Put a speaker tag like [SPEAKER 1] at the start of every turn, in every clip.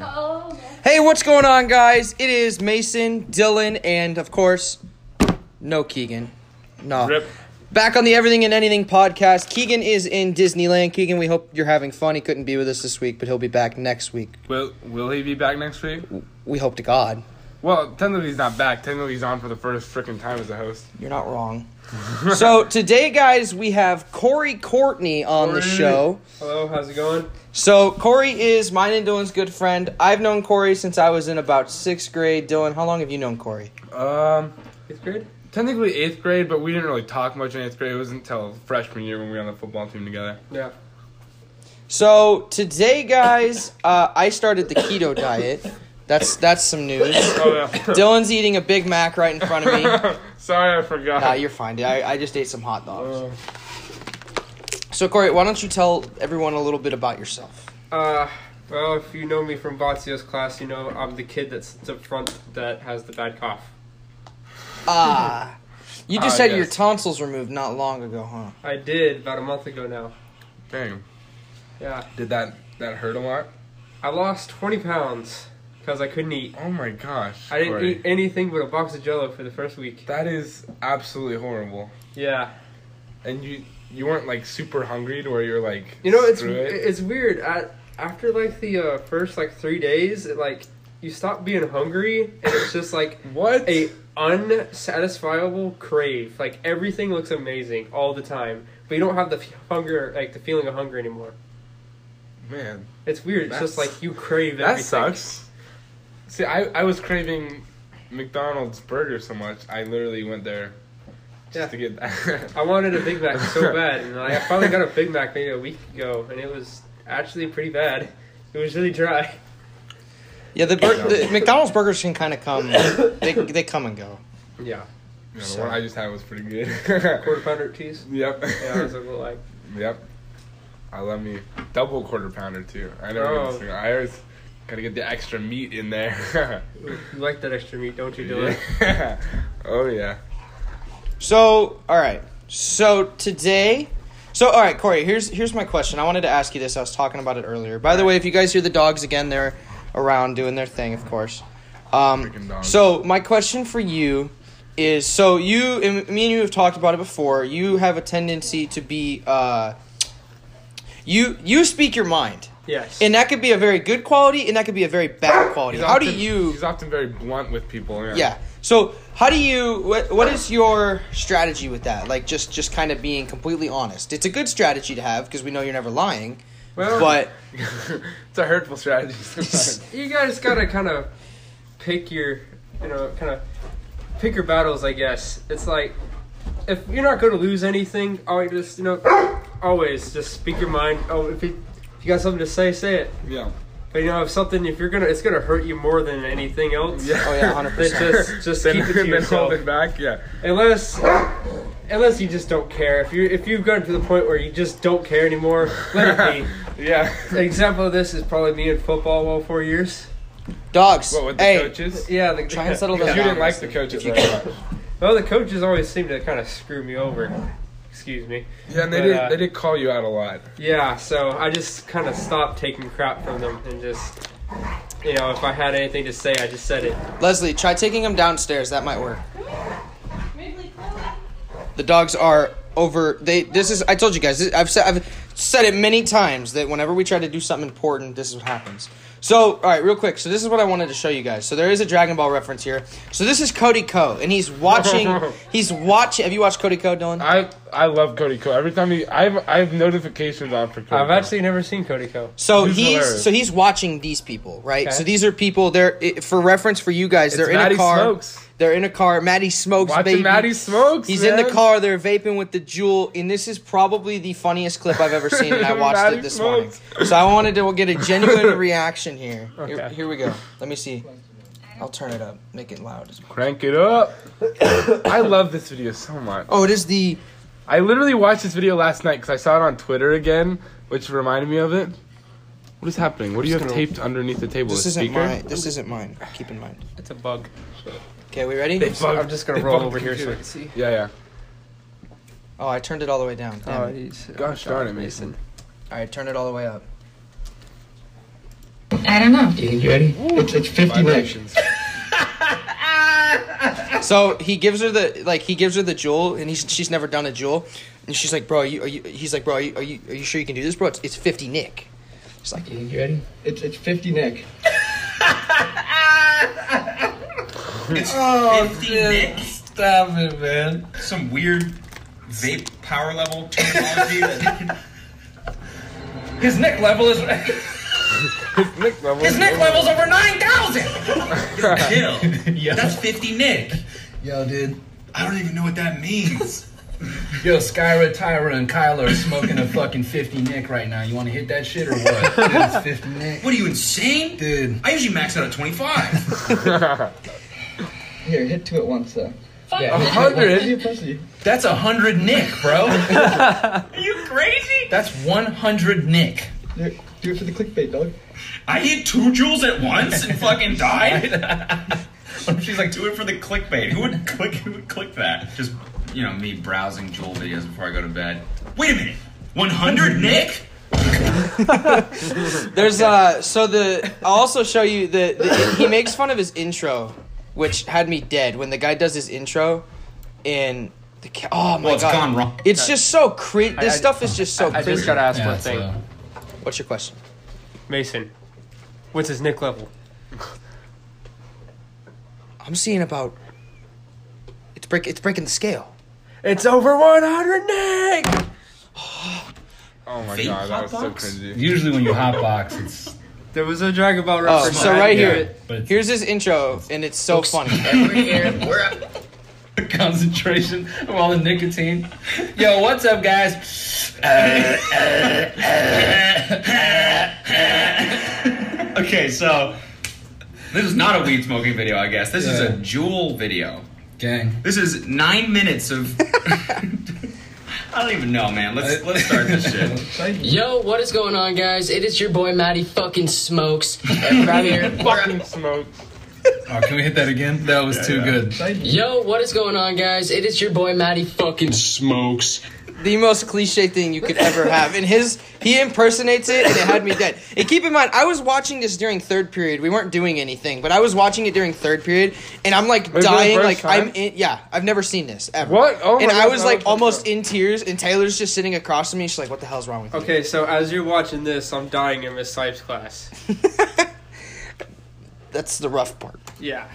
[SPEAKER 1] Oh,
[SPEAKER 2] Hey, what's going on, guys? It is Mason, Dylan, and of course, no Keegan. No.
[SPEAKER 3] Rip.
[SPEAKER 2] Back on the Everything and Anything podcast. Keegan is in Disneyland. Keegan, we hope you're having fun. He couldn't be with us this week, but he'll be back next week.
[SPEAKER 3] Will Will he be back next week?
[SPEAKER 2] We hope to God.
[SPEAKER 3] Well, technically he's not back. Technically he's on for the first freaking time as a host.
[SPEAKER 2] You're not wrong. so, today, guys, we have Corey Courtney on the
[SPEAKER 3] Corey.
[SPEAKER 2] show.
[SPEAKER 3] Hello, how's it going?
[SPEAKER 2] So, Corey is mine and Dylan's good friend. I've known Corey since I was in about sixth grade. Dylan, how long have you known Corey?
[SPEAKER 3] Um, eighth grade. Technically eighth grade, but we didn't really talk much in eighth grade. It wasn't until freshman year when we were on the football team together.
[SPEAKER 4] Yeah.
[SPEAKER 2] So today, guys, uh, I started the keto diet. That's that's some news.
[SPEAKER 3] Oh yeah.
[SPEAKER 2] Dylan's eating a Big Mac right in front of me.
[SPEAKER 3] Sorry, I forgot. Um,
[SPEAKER 2] Nah, you're fine. dude. I, I just ate some hot dogs.
[SPEAKER 4] Uh,
[SPEAKER 2] So Corey, why don't you tell everyone a little bit about yourself?
[SPEAKER 4] uh, well, if you know me from Bazio's class, you know I'm the kid that sits up front that has the bad cough.
[SPEAKER 2] Ah, you just
[SPEAKER 3] Ah,
[SPEAKER 2] had your
[SPEAKER 3] yes.
[SPEAKER 2] tonsils removed not long ago, huh?
[SPEAKER 4] I did about a month ago now.
[SPEAKER 3] Dang.
[SPEAKER 4] Yeah.
[SPEAKER 3] Did that that hurt a lot?
[SPEAKER 4] I lost 20 pounds because I couldn't eat.
[SPEAKER 3] Oh my gosh.
[SPEAKER 4] I didn't
[SPEAKER 3] Corey.
[SPEAKER 4] eat anything but a box of Jello for the first week.
[SPEAKER 3] That is absolutely horrible.
[SPEAKER 4] Yeah.
[SPEAKER 3] And you you weren't like super hungry to where you're like
[SPEAKER 4] You know it's
[SPEAKER 3] screw it.
[SPEAKER 4] it's weird. At after like the uh, first like three days, it, like you stop being hungry and it's just like
[SPEAKER 3] what
[SPEAKER 4] a unsatisfiable crave. Like everything looks amazing all the time, but you don't have the f- hunger, like the feeling of hunger anymore.
[SPEAKER 3] man.
[SPEAKER 4] It's weird.
[SPEAKER 3] That's-
[SPEAKER 4] it's just like you crave
[SPEAKER 3] That
[SPEAKER 4] everything.
[SPEAKER 3] sucks. See, I, I was craving McDonald's burger so much, I literally went there just
[SPEAKER 4] Yeah.
[SPEAKER 3] to get that.
[SPEAKER 4] I wanted a Big Mac so bad, and I finally got a Big Mac maybe a week ago, and it was actually pretty bad. It was really dry.
[SPEAKER 2] Yeah, the, bur- the McDonald's burgers can kind of come. They they come and go.
[SPEAKER 4] Yeah,
[SPEAKER 3] You know, the
[SPEAKER 2] So-
[SPEAKER 3] one I just had was pretty good.
[SPEAKER 4] quarter pounder cheese.
[SPEAKER 3] yep.
[SPEAKER 4] Yeah, I was a little like,
[SPEAKER 3] Yep. I love me double quarter pounder too. I never get
[SPEAKER 4] Oh.
[SPEAKER 3] a single- I always gotta get the extra meat in there.
[SPEAKER 4] "Ooh, you like that extra meat, don't you, Dylan?
[SPEAKER 3] Yeah. oh yeah.
[SPEAKER 2] So, all right. So today, so all right, Corey. Here's here's my question. I wanted to ask you this. I was talking about it earlier. By the way, if you guys hear the dogs again, they're around doing their thing, of course.
[SPEAKER 3] Freaking
[SPEAKER 2] Um,
[SPEAKER 3] dogs.
[SPEAKER 2] so my question for you is: so you, and me, and you have talked about it before. You have a tendency to be, uh, you you speak your mind,
[SPEAKER 4] Yes.
[SPEAKER 2] and that could be a very good quality, and that could be a very bad quality.
[SPEAKER 3] He's
[SPEAKER 2] How do
[SPEAKER 3] often-
[SPEAKER 2] you?
[SPEAKER 3] He's often very blunt with people. Yeah.
[SPEAKER 2] yeah so how do you what, what is your strategy with that like just just kind of being completely honest it's a good strategy to have because we know you're never lying
[SPEAKER 4] Well-
[SPEAKER 2] but
[SPEAKER 3] it's a hurtful strategy sometimes.
[SPEAKER 4] you guys gotta kind of pick your, you know, kind of pick your battles. I guess it's like if you're not gonna lose anything, always just you know, always just speak your mind. Oh, if you if you got something to say, say it.
[SPEAKER 3] yeah.
[SPEAKER 4] But you know, if something, if you're gonna, it's gonna hurt you more than anything else.
[SPEAKER 3] Yeah.
[SPEAKER 2] oh yeah 100
[SPEAKER 4] Then
[SPEAKER 2] percent
[SPEAKER 4] just just keep it to
[SPEAKER 3] then hold
[SPEAKER 4] yourself.
[SPEAKER 3] it back. Yeah.
[SPEAKER 4] Unless unless you just don't care. If you if you've gotten to the point where you just don't care anymore, let it be.
[SPEAKER 3] Yeah.
[SPEAKER 4] An example of this is probably me in football all four years.
[SPEAKER 2] dogs
[SPEAKER 3] What with the
[SPEAKER 2] hey
[SPEAKER 3] coaches?
[SPEAKER 4] Yeah, the,
[SPEAKER 2] Try and settle
[SPEAKER 3] Because
[SPEAKER 2] that
[SPEAKER 3] you
[SPEAKER 2] down.
[SPEAKER 3] didn't like the coaches very much.
[SPEAKER 4] Well, the coaches always seem to kind of screw me over. Excuse me.
[SPEAKER 3] Yeah, and they
[SPEAKER 4] But,
[SPEAKER 3] did.
[SPEAKER 4] uh,
[SPEAKER 3] they did call you out a lot.
[SPEAKER 4] Yeah, so I just kind of stopped taking crap from them and just, you know, if I had anything to say, I just said it.
[SPEAKER 2] leslie try taking them downstairs that might work
[SPEAKER 1] Wrigley Club.
[SPEAKER 2] the dogs are over they this is i told you guys this, I've, said, I've said it many times that whenever we try to do something important this is what happens so all right real quick so this is what i wanted to show you guys so there is a dragon ball reference here so this is cody ko and he's watching he's watching have you watched cody ko dylan
[SPEAKER 3] I I love Cody Co. Every time he, I've I have notifications on for Cody.
[SPEAKER 4] I've
[SPEAKER 3] Ko.
[SPEAKER 4] actually never seen Cody Co.
[SPEAKER 2] So
[SPEAKER 3] Who's
[SPEAKER 2] he's
[SPEAKER 3] hilarious?
[SPEAKER 2] so he's watching these people, right?
[SPEAKER 4] Okay.
[SPEAKER 2] So these are people. They're i- for reference for you guys.
[SPEAKER 3] It's
[SPEAKER 2] They're in
[SPEAKER 3] Matty
[SPEAKER 2] a car.
[SPEAKER 3] Smokes.
[SPEAKER 2] They're in a car. Maddie smokes.
[SPEAKER 3] watching
[SPEAKER 2] baby.
[SPEAKER 3] Matty smokes.
[SPEAKER 2] He's
[SPEAKER 3] man.
[SPEAKER 2] in the car. They're vaping with the jewel, and this is probably the funniest clip I've ever seen. And I watched
[SPEAKER 3] Matty
[SPEAKER 2] it this
[SPEAKER 3] smokes.
[SPEAKER 2] morning, so I wanted to get a genuine reaction here. here.
[SPEAKER 4] Okay.
[SPEAKER 2] Here we go. Let me see. I'll turn it up. Make it loud.
[SPEAKER 3] Crank it up. I love this video so much.
[SPEAKER 2] Oh, it is the
[SPEAKER 3] I literally watched this video last night because I saw it on Twitter again, which reminded me of it. What is happening? What do you have
[SPEAKER 2] Just gonna-
[SPEAKER 3] taped underneath the table?
[SPEAKER 2] this
[SPEAKER 3] a
[SPEAKER 2] isn't
[SPEAKER 3] speaker?
[SPEAKER 2] mine. This isn't mine. Keep in mind.
[SPEAKER 4] It's a bug.
[SPEAKER 2] Okay, we ready?
[SPEAKER 3] They bugged-
[SPEAKER 4] I'm just gonna
[SPEAKER 3] they
[SPEAKER 4] roll
[SPEAKER 3] bugged
[SPEAKER 4] over
[SPEAKER 3] the
[SPEAKER 4] here so I
[SPEAKER 3] computer.
[SPEAKER 4] can see.
[SPEAKER 3] Yeah, yeah.
[SPEAKER 2] Oh, I turned it all the way down.
[SPEAKER 4] Oh, Uh,
[SPEAKER 2] Damn it.
[SPEAKER 4] he's
[SPEAKER 3] Gosh darn it, Mason.
[SPEAKER 2] All right, turn it all the way up.
[SPEAKER 5] I don't know.
[SPEAKER 6] You ready? It's, it's 50 minutes.
[SPEAKER 3] Vibrations.
[SPEAKER 2] So he gives her the like he gives her the jewel, and he's she's never done a jewel, and she's like, bro, are you, are you he's like, bro, are you, are you are you sure you can do this, bro? It's, it's fifty nick. It's like
[SPEAKER 6] You ready? It's, it's 50 nick.
[SPEAKER 7] Fifty nicks.
[SPEAKER 6] Stop it, man.
[SPEAKER 7] Some weird vape power level terminology. that
[SPEAKER 6] His nick level is
[SPEAKER 3] Nick level.
[SPEAKER 6] level's over 9,000.
[SPEAKER 7] Kill.
[SPEAKER 6] Yo.
[SPEAKER 7] That's fifty nick.
[SPEAKER 6] Yo, dude.
[SPEAKER 7] I don't even know what that means.
[SPEAKER 6] Yo, Skyra, Tyra, and Kyla are smoking a fucking 50 nick right now. You want to hit that shit or what? Dude, it's 50 nick.
[SPEAKER 7] What are you insane?
[SPEAKER 6] Dude.
[SPEAKER 7] I usually max out at twenty five.
[SPEAKER 3] Oh
[SPEAKER 6] Here, hit to it once, though. Yeah,
[SPEAKER 3] A
[SPEAKER 6] hit to it once.
[SPEAKER 3] hundred.
[SPEAKER 6] That's a hundred nick, bro.
[SPEAKER 7] Are you crazy?
[SPEAKER 6] That's one hundred nick.
[SPEAKER 8] Do it for the clickbait, dog.
[SPEAKER 7] I hit two jewels at once and fucking died.
[SPEAKER 6] She's
[SPEAKER 7] She's like, do it for the clickbait. Who would click? Who would click that? Just you know, me browsing Joel videos before I go to bed. Wait a minute, one hundred Nick?
[SPEAKER 2] There's uh so the I'll also show you the, the he makes fun of his intro, which had me dead when the guy does his intro, in the ca- oh my
[SPEAKER 7] Well, it's
[SPEAKER 2] god,
[SPEAKER 7] gone wrong.
[SPEAKER 2] it's just so cre. This
[SPEAKER 4] I-
[SPEAKER 2] stuff is just so.
[SPEAKER 4] I
[SPEAKER 2] cringy.
[SPEAKER 4] just gotta ask
[SPEAKER 6] yeah,
[SPEAKER 4] one thing.
[SPEAKER 6] so-
[SPEAKER 2] What's your question?
[SPEAKER 4] Mason, what's his nick level?
[SPEAKER 2] I'm seeing about. It's break. It's breaking the scale.
[SPEAKER 4] It's over 100 nick!
[SPEAKER 3] Oh my
[SPEAKER 7] Vape
[SPEAKER 3] god, that was so
[SPEAKER 7] hotbox?
[SPEAKER 3] cringy.
[SPEAKER 6] Usually when you hotbox, it's
[SPEAKER 4] There was a Dragon Ball
[SPEAKER 2] Oh,
[SPEAKER 4] reference.
[SPEAKER 2] so
[SPEAKER 4] I
[SPEAKER 2] right
[SPEAKER 4] didn't
[SPEAKER 2] here,
[SPEAKER 6] but it's
[SPEAKER 2] here's his intro, and it's so funny.
[SPEAKER 6] the concentration of all the nicotine. Yo, what's up, guys? Uh,
[SPEAKER 7] Okay, so this is not a weed smoking video, I guess. This is
[SPEAKER 6] Yeah.
[SPEAKER 7] a Jewel video.
[SPEAKER 6] gang.
[SPEAKER 7] This is nine minutes of. I don't even know, man. Let's let's start this shit.
[SPEAKER 9] Yo, what is going on, guys? It is your boy Matty fucking Smokes. right here.
[SPEAKER 3] Fucking smoke.
[SPEAKER 6] Oh, can we hit that again? That was too
[SPEAKER 7] yeah.
[SPEAKER 6] good.
[SPEAKER 9] Yo, what is going on, guys? It is your boy Matty fucking Smokes.
[SPEAKER 2] the most cliche thing you could ever have. And his he impersonates it, and it had me dead. And keep in mind, I was watching this during third period. We weren't doing anything, but I was watching it during third period, and I'm like
[SPEAKER 3] for the
[SPEAKER 2] dying.
[SPEAKER 3] first
[SPEAKER 2] Like
[SPEAKER 3] time?
[SPEAKER 2] I'm in, yeah, I've never seen this ever.
[SPEAKER 3] What? Oh my
[SPEAKER 2] and I
[SPEAKER 3] God,
[SPEAKER 2] was
[SPEAKER 3] that
[SPEAKER 2] like
[SPEAKER 3] was so
[SPEAKER 2] almost
[SPEAKER 3] cool.
[SPEAKER 2] in tears, and Taylor's just sitting across from me. She's like, "What the hell's wrong with you?"
[SPEAKER 4] Okay, so as you're watching this, I'm dying in Miss Sipes' class.
[SPEAKER 2] That's the rough part.
[SPEAKER 4] Yeah.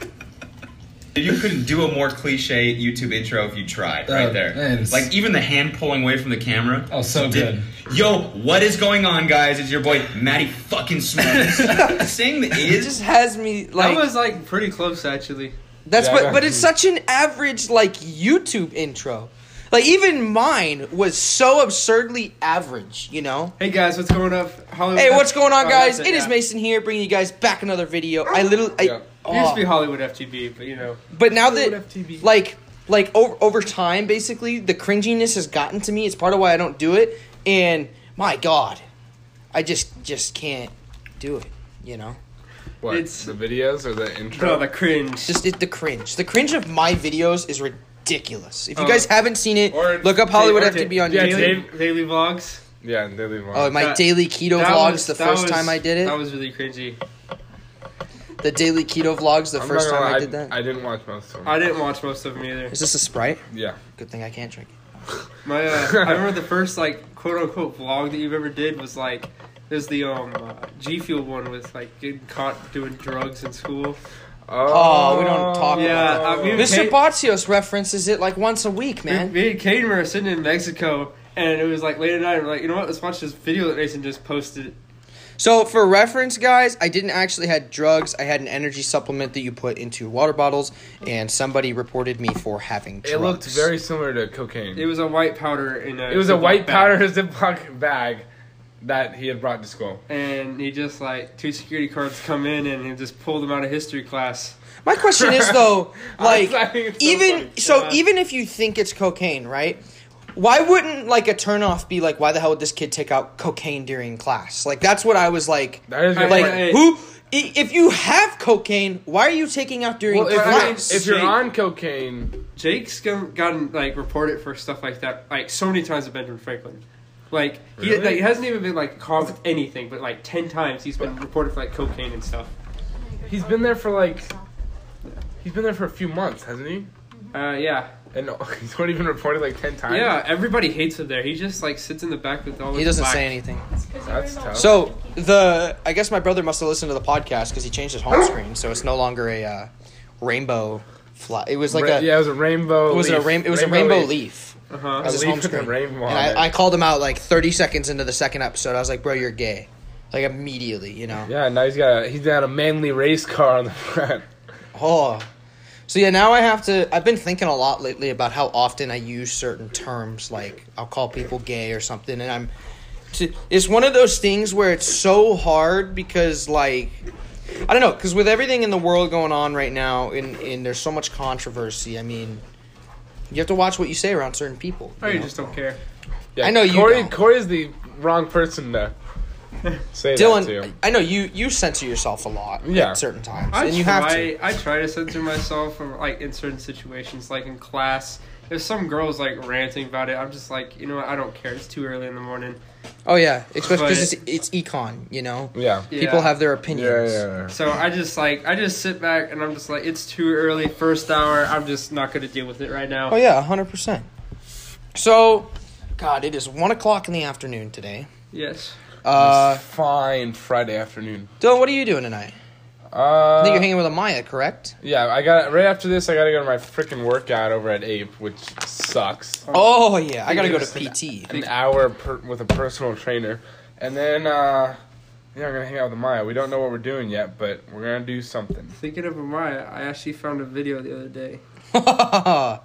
[SPEAKER 7] You couldn't do a more cliche YouTube intro if you tried, right
[SPEAKER 6] Oh,
[SPEAKER 7] there.
[SPEAKER 6] man, it's-
[SPEAKER 7] Like even the hand pulling away from the camera.
[SPEAKER 6] Oh, so
[SPEAKER 7] Did- Yo, what is going on, guys? It's your boy Matty fucking Smokes. Saying the
[SPEAKER 2] It
[SPEAKER 7] is
[SPEAKER 2] just has me like
[SPEAKER 4] that was like pretty close actually.
[SPEAKER 2] that's
[SPEAKER 3] Yeah, I
[SPEAKER 2] but
[SPEAKER 3] got
[SPEAKER 2] but it's
[SPEAKER 3] you.
[SPEAKER 2] such an average like YouTube intro. Like even mine was so absurdly average, you know.
[SPEAKER 4] Hey guys, what's going up? Hollywood.
[SPEAKER 2] Hey, what's going on,
[SPEAKER 4] Oh,
[SPEAKER 2] guys?
[SPEAKER 4] that's
[SPEAKER 2] It is
[SPEAKER 4] yeah.
[SPEAKER 2] Mason here, bringing you guys back another video. I literally, I,
[SPEAKER 3] Yeah.
[SPEAKER 4] It used to be
[SPEAKER 2] oh.
[SPEAKER 4] Hollywood FTB, but you know.
[SPEAKER 2] but now that,
[SPEAKER 4] Hollywood FTB.
[SPEAKER 2] like, like over over time, basically, the cringiness has gotten to me. It's part of why I don't do it. And my God, I just just can't do it. You know,
[SPEAKER 3] What?
[SPEAKER 4] It's-
[SPEAKER 3] the videos or the intro?
[SPEAKER 4] Bro, the cringe.
[SPEAKER 2] just it, the cringe. The cringe of my videos is ridiculous. If you
[SPEAKER 4] Oh.
[SPEAKER 2] guys haven't seen it,
[SPEAKER 3] Or-
[SPEAKER 2] look up
[SPEAKER 3] or
[SPEAKER 2] Hollywood
[SPEAKER 4] da-
[SPEAKER 2] FTB on
[SPEAKER 3] yeah,
[SPEAKER 2] YouTube.
[SPEAKER 3] Dave-
[SPEAKER 4] daily, daily vlogs.
[SPEAKER 3] yeah, they leave one.
[SPEAKER 2] Oh, my
[SPEAKER 4] That-
[SPEAKER 2] daily keto
[SPEAKER 4] That
[SPEAKER 2] vlogs.
[SPEAKER 4] was-
[SPEAKER 2] the
[SPEAKER 4] that
[SPEAKER 2] first
[SPEAKER 4] was-
[SPEAKER 2] time I did it,
[SPEAKER 4] That was really cringy.
[SPEAKER 2] the daily keto vlogs. The
[SPEAKER 3] I'm not
[SPEAKER 2] first
[SPEAKER 3] gonna
[SPEAKER 2] time
[SPEAKER 3] lie,
[SPEAKER 2] I did that.
[SPEAKER 3] I didn't watch most of them.
[SPEAKER 4] I didn't watch most of them either.
[SPEAKER 2] Is this a sprite?
[SPEAKER 3] yeah.
[SPEAKER 2] Good thing I can't drink. it.
[SPEAKER 4] My, uh, I remember the first like quote unquote vlog that you've ever did was like, there's the um uh, G Fuel one with like getting caught doing drugs in school.
[SPEAKER 2] Oh, we don't talk
[SPEAKER 4] Yeah,
[SPEAKER 2] about
[SPEAKER 4] I mean,
[SPEAKER 2] Mr.
[SPEAKER 4] Kate-
[SPEAKER 2] Botzios references it like once a week,
[SPEAKER 4] Me,
[SPEAKER 2] man.
[SPEAKER 4] me and Caden were sitting in Mexico, and it was like late at night. and We're like, you know what? Let's watch this video that Mason just posted.
[SPEAKER 2] So, for reference, guys, I didn't actually had drugs. I had an energy supplement that you put into water bottles, and somebody reported me for having drugs.
[SPEAKER 3] It looked very similar to cocaine.
[SPEAKER 4] It was a white powder in a.
[SPEAKER 3] It was a
[SPEAKER 4] Ziploc
[SPEAKER 3] white
[SPEAKER 4] bag.
[SPEAKER 3] powder Ziploc bag that he had brought to school.
[SPEAKER 4] and he just like two security cards come in and he just pulled them out of history class.
[SPEAKER 2] My question is though, like
[SPEAKER 3] laughing, it's so funny.
[SPEAKER 2] even so,
[SPEAKER 4] Yeah.
[SPEAKER 2] even if you think it's cocaine, right? Why wouldn't like a turnoff be like, why the hell would this kid take out cocaine during class? Like that's what I was like.
[SPEAKER 3] That is a good
[SPEAKER 2] like
[SPEAKER 3] point.
[SPEAKER 2] who? i- If you have cocaine, why are you taking out during
[SPEAKER 3] Well, if, I mean,
[SPEAKER 2] class?
[SPEAKER 3] if you're
[SPEAKER 4] Shame.
[SPEAKER 3] on cocaine,
[SPEAKER 4] Jake's go- gotten like reported for stuff like that like so many times with Benjamin Franklin. Like he
[SPEAKER 3] Really?
[SPEAKER 4] like, hasn't even been like caught with anything, but like ten times he's been reported for like cocaine and stuff.
[SPEAKER 3] He's been there for like. He's been there for a few months, hasn't he?
[SPEAKER 4] Uh, yeah,
[SPEAKER 3] And he's not even reported like ten times.
[SPEAKER 4] yeah. Everybody hates him there. He just like sits in the back with all.
[SPEAKER 2] He
[SPEAKER 4] his
[SPEAKER 2] doesn't
[SPEAKER 4] black-
[SPEAKER 2] say anything.
[SPEAKER 3] That's tough.
[SPEAKER 2] So the I guess my brother must have listened to the podcast because he changed his home screen, so it's no longer a uh, rainbow fly. It was like
[SPEAKER 3] Ra-
[SPEAKER 2] a
[SPEAKER 3] yeah, it was a rainbow.
[SPEAKER 2] it was
[SPEAKER 3] leaf.
[SPEAKER 2] a rain, it was a rainbow leaf.
[SPEAKER 4] Uh-huh.
[SPEAKER 3] A
[SPEAKER 2] As his
[SPEAKER 3] leaf
[SPEAKER 2] home
[SPEAKER 3] with a
[SPEAKER 2] screen.
[SPEAKER 3] rainbow on
[SPEAKER 2] and
[SPEAKER 3] it.
[SPEAKER 2] I, I called him out like 30 seconds into the second episode. I was like, "Bro, you're gay," like immediately, you know.
[SPEAKER 3] Yeah, now he's got a, he's got a manly race car on the front.
[SPEAKER 2] Oh. So yeah, now I have to. I've been thinking a lot lately about how often I use certain terms, like I'll call people gay or something, and I'm. To, it's one of those things where it's so hard because, like, I don't know, because with everything in the world going on right now, and and there's so much controversy. I mean, you have to watch what you say around certain people.
[SPEAKER 4] Oh,
[SPEAKER 2] you
[SPEAKER 4] you
[SPEAKER 2] know?
[SPEAKER 4] just don't care.
[SPEAKER 3] Yeah,
[SPEAKER 2] I know you
[SPEAKER 3] Corey,
[SPEAKER 2] don't.
[SPEAKER 3] Corey's the wrong person to say that to.
[SPEAKER 2] Dylan, I know you you censor yourself a lot
[SPEAKER 3] Yeah.
[SPEAKER 2] at certain times,
[SPEAKER 4] I
[SPEAKER 2] and you
[SPEAKER 4] try,
[SPEAKER 2] have to.
[SPEAKER 4] I try to censor myself from like in certain situations, like in class. If some girl's like ranting about it, I'm just like, you know what? I don't care. It's too early in the morning.
[SPEAKER 2] Oh yeah, especially
[SPEAKER 4] But-
[SPEAKER 2] because it's it's econ, you know.
[SPEAKER 3] Yeah.
[SPEAKER 4] Yeah.
[SPEAKER 2] People have their
[SPEAKER 3] Yeah,
[SPEAKER 2] opinions.
[SPEAKER 3] yeah, yeah.
[SPEAKER 4] So I just like I just sit back and I'm just like, it's too early. First hour, I'm just not gonna deal with it right now.
[SPEAKER 2] Oh yeah, hundred percent. So, God, it is one o'clock in the afternoon today.
[SPEAKER 4] Yes.
[SPEAKER 2] Uh,
[SPEAKER 3] Fine Friday afternoon.
[SPEAKER 2] Dylan, what are you doing tonight?
[SPEAKER 3] Uh,
[SPEAKER 2] I think you're hanging with Amaya, correct?
[SPEAKER 3] yeah, I got right after this. I gotta go to my freaking workout over at Ape, which sucks.
[SPEAKER 2] Oh yeah, I gotta go to
[SPEAKER 3] Think it's
[SPEAKER 2] PT.
[SPEAKER 3] An hour per, with a personal trainer, and then uh, yeah, I'm gonna hang out with Maya. We don't know what we're doing yet, but we're gonna do something.
[SPEAKER 4] Thinking of Amaya, I actually found a video the other day.
[SPEAKER 2] a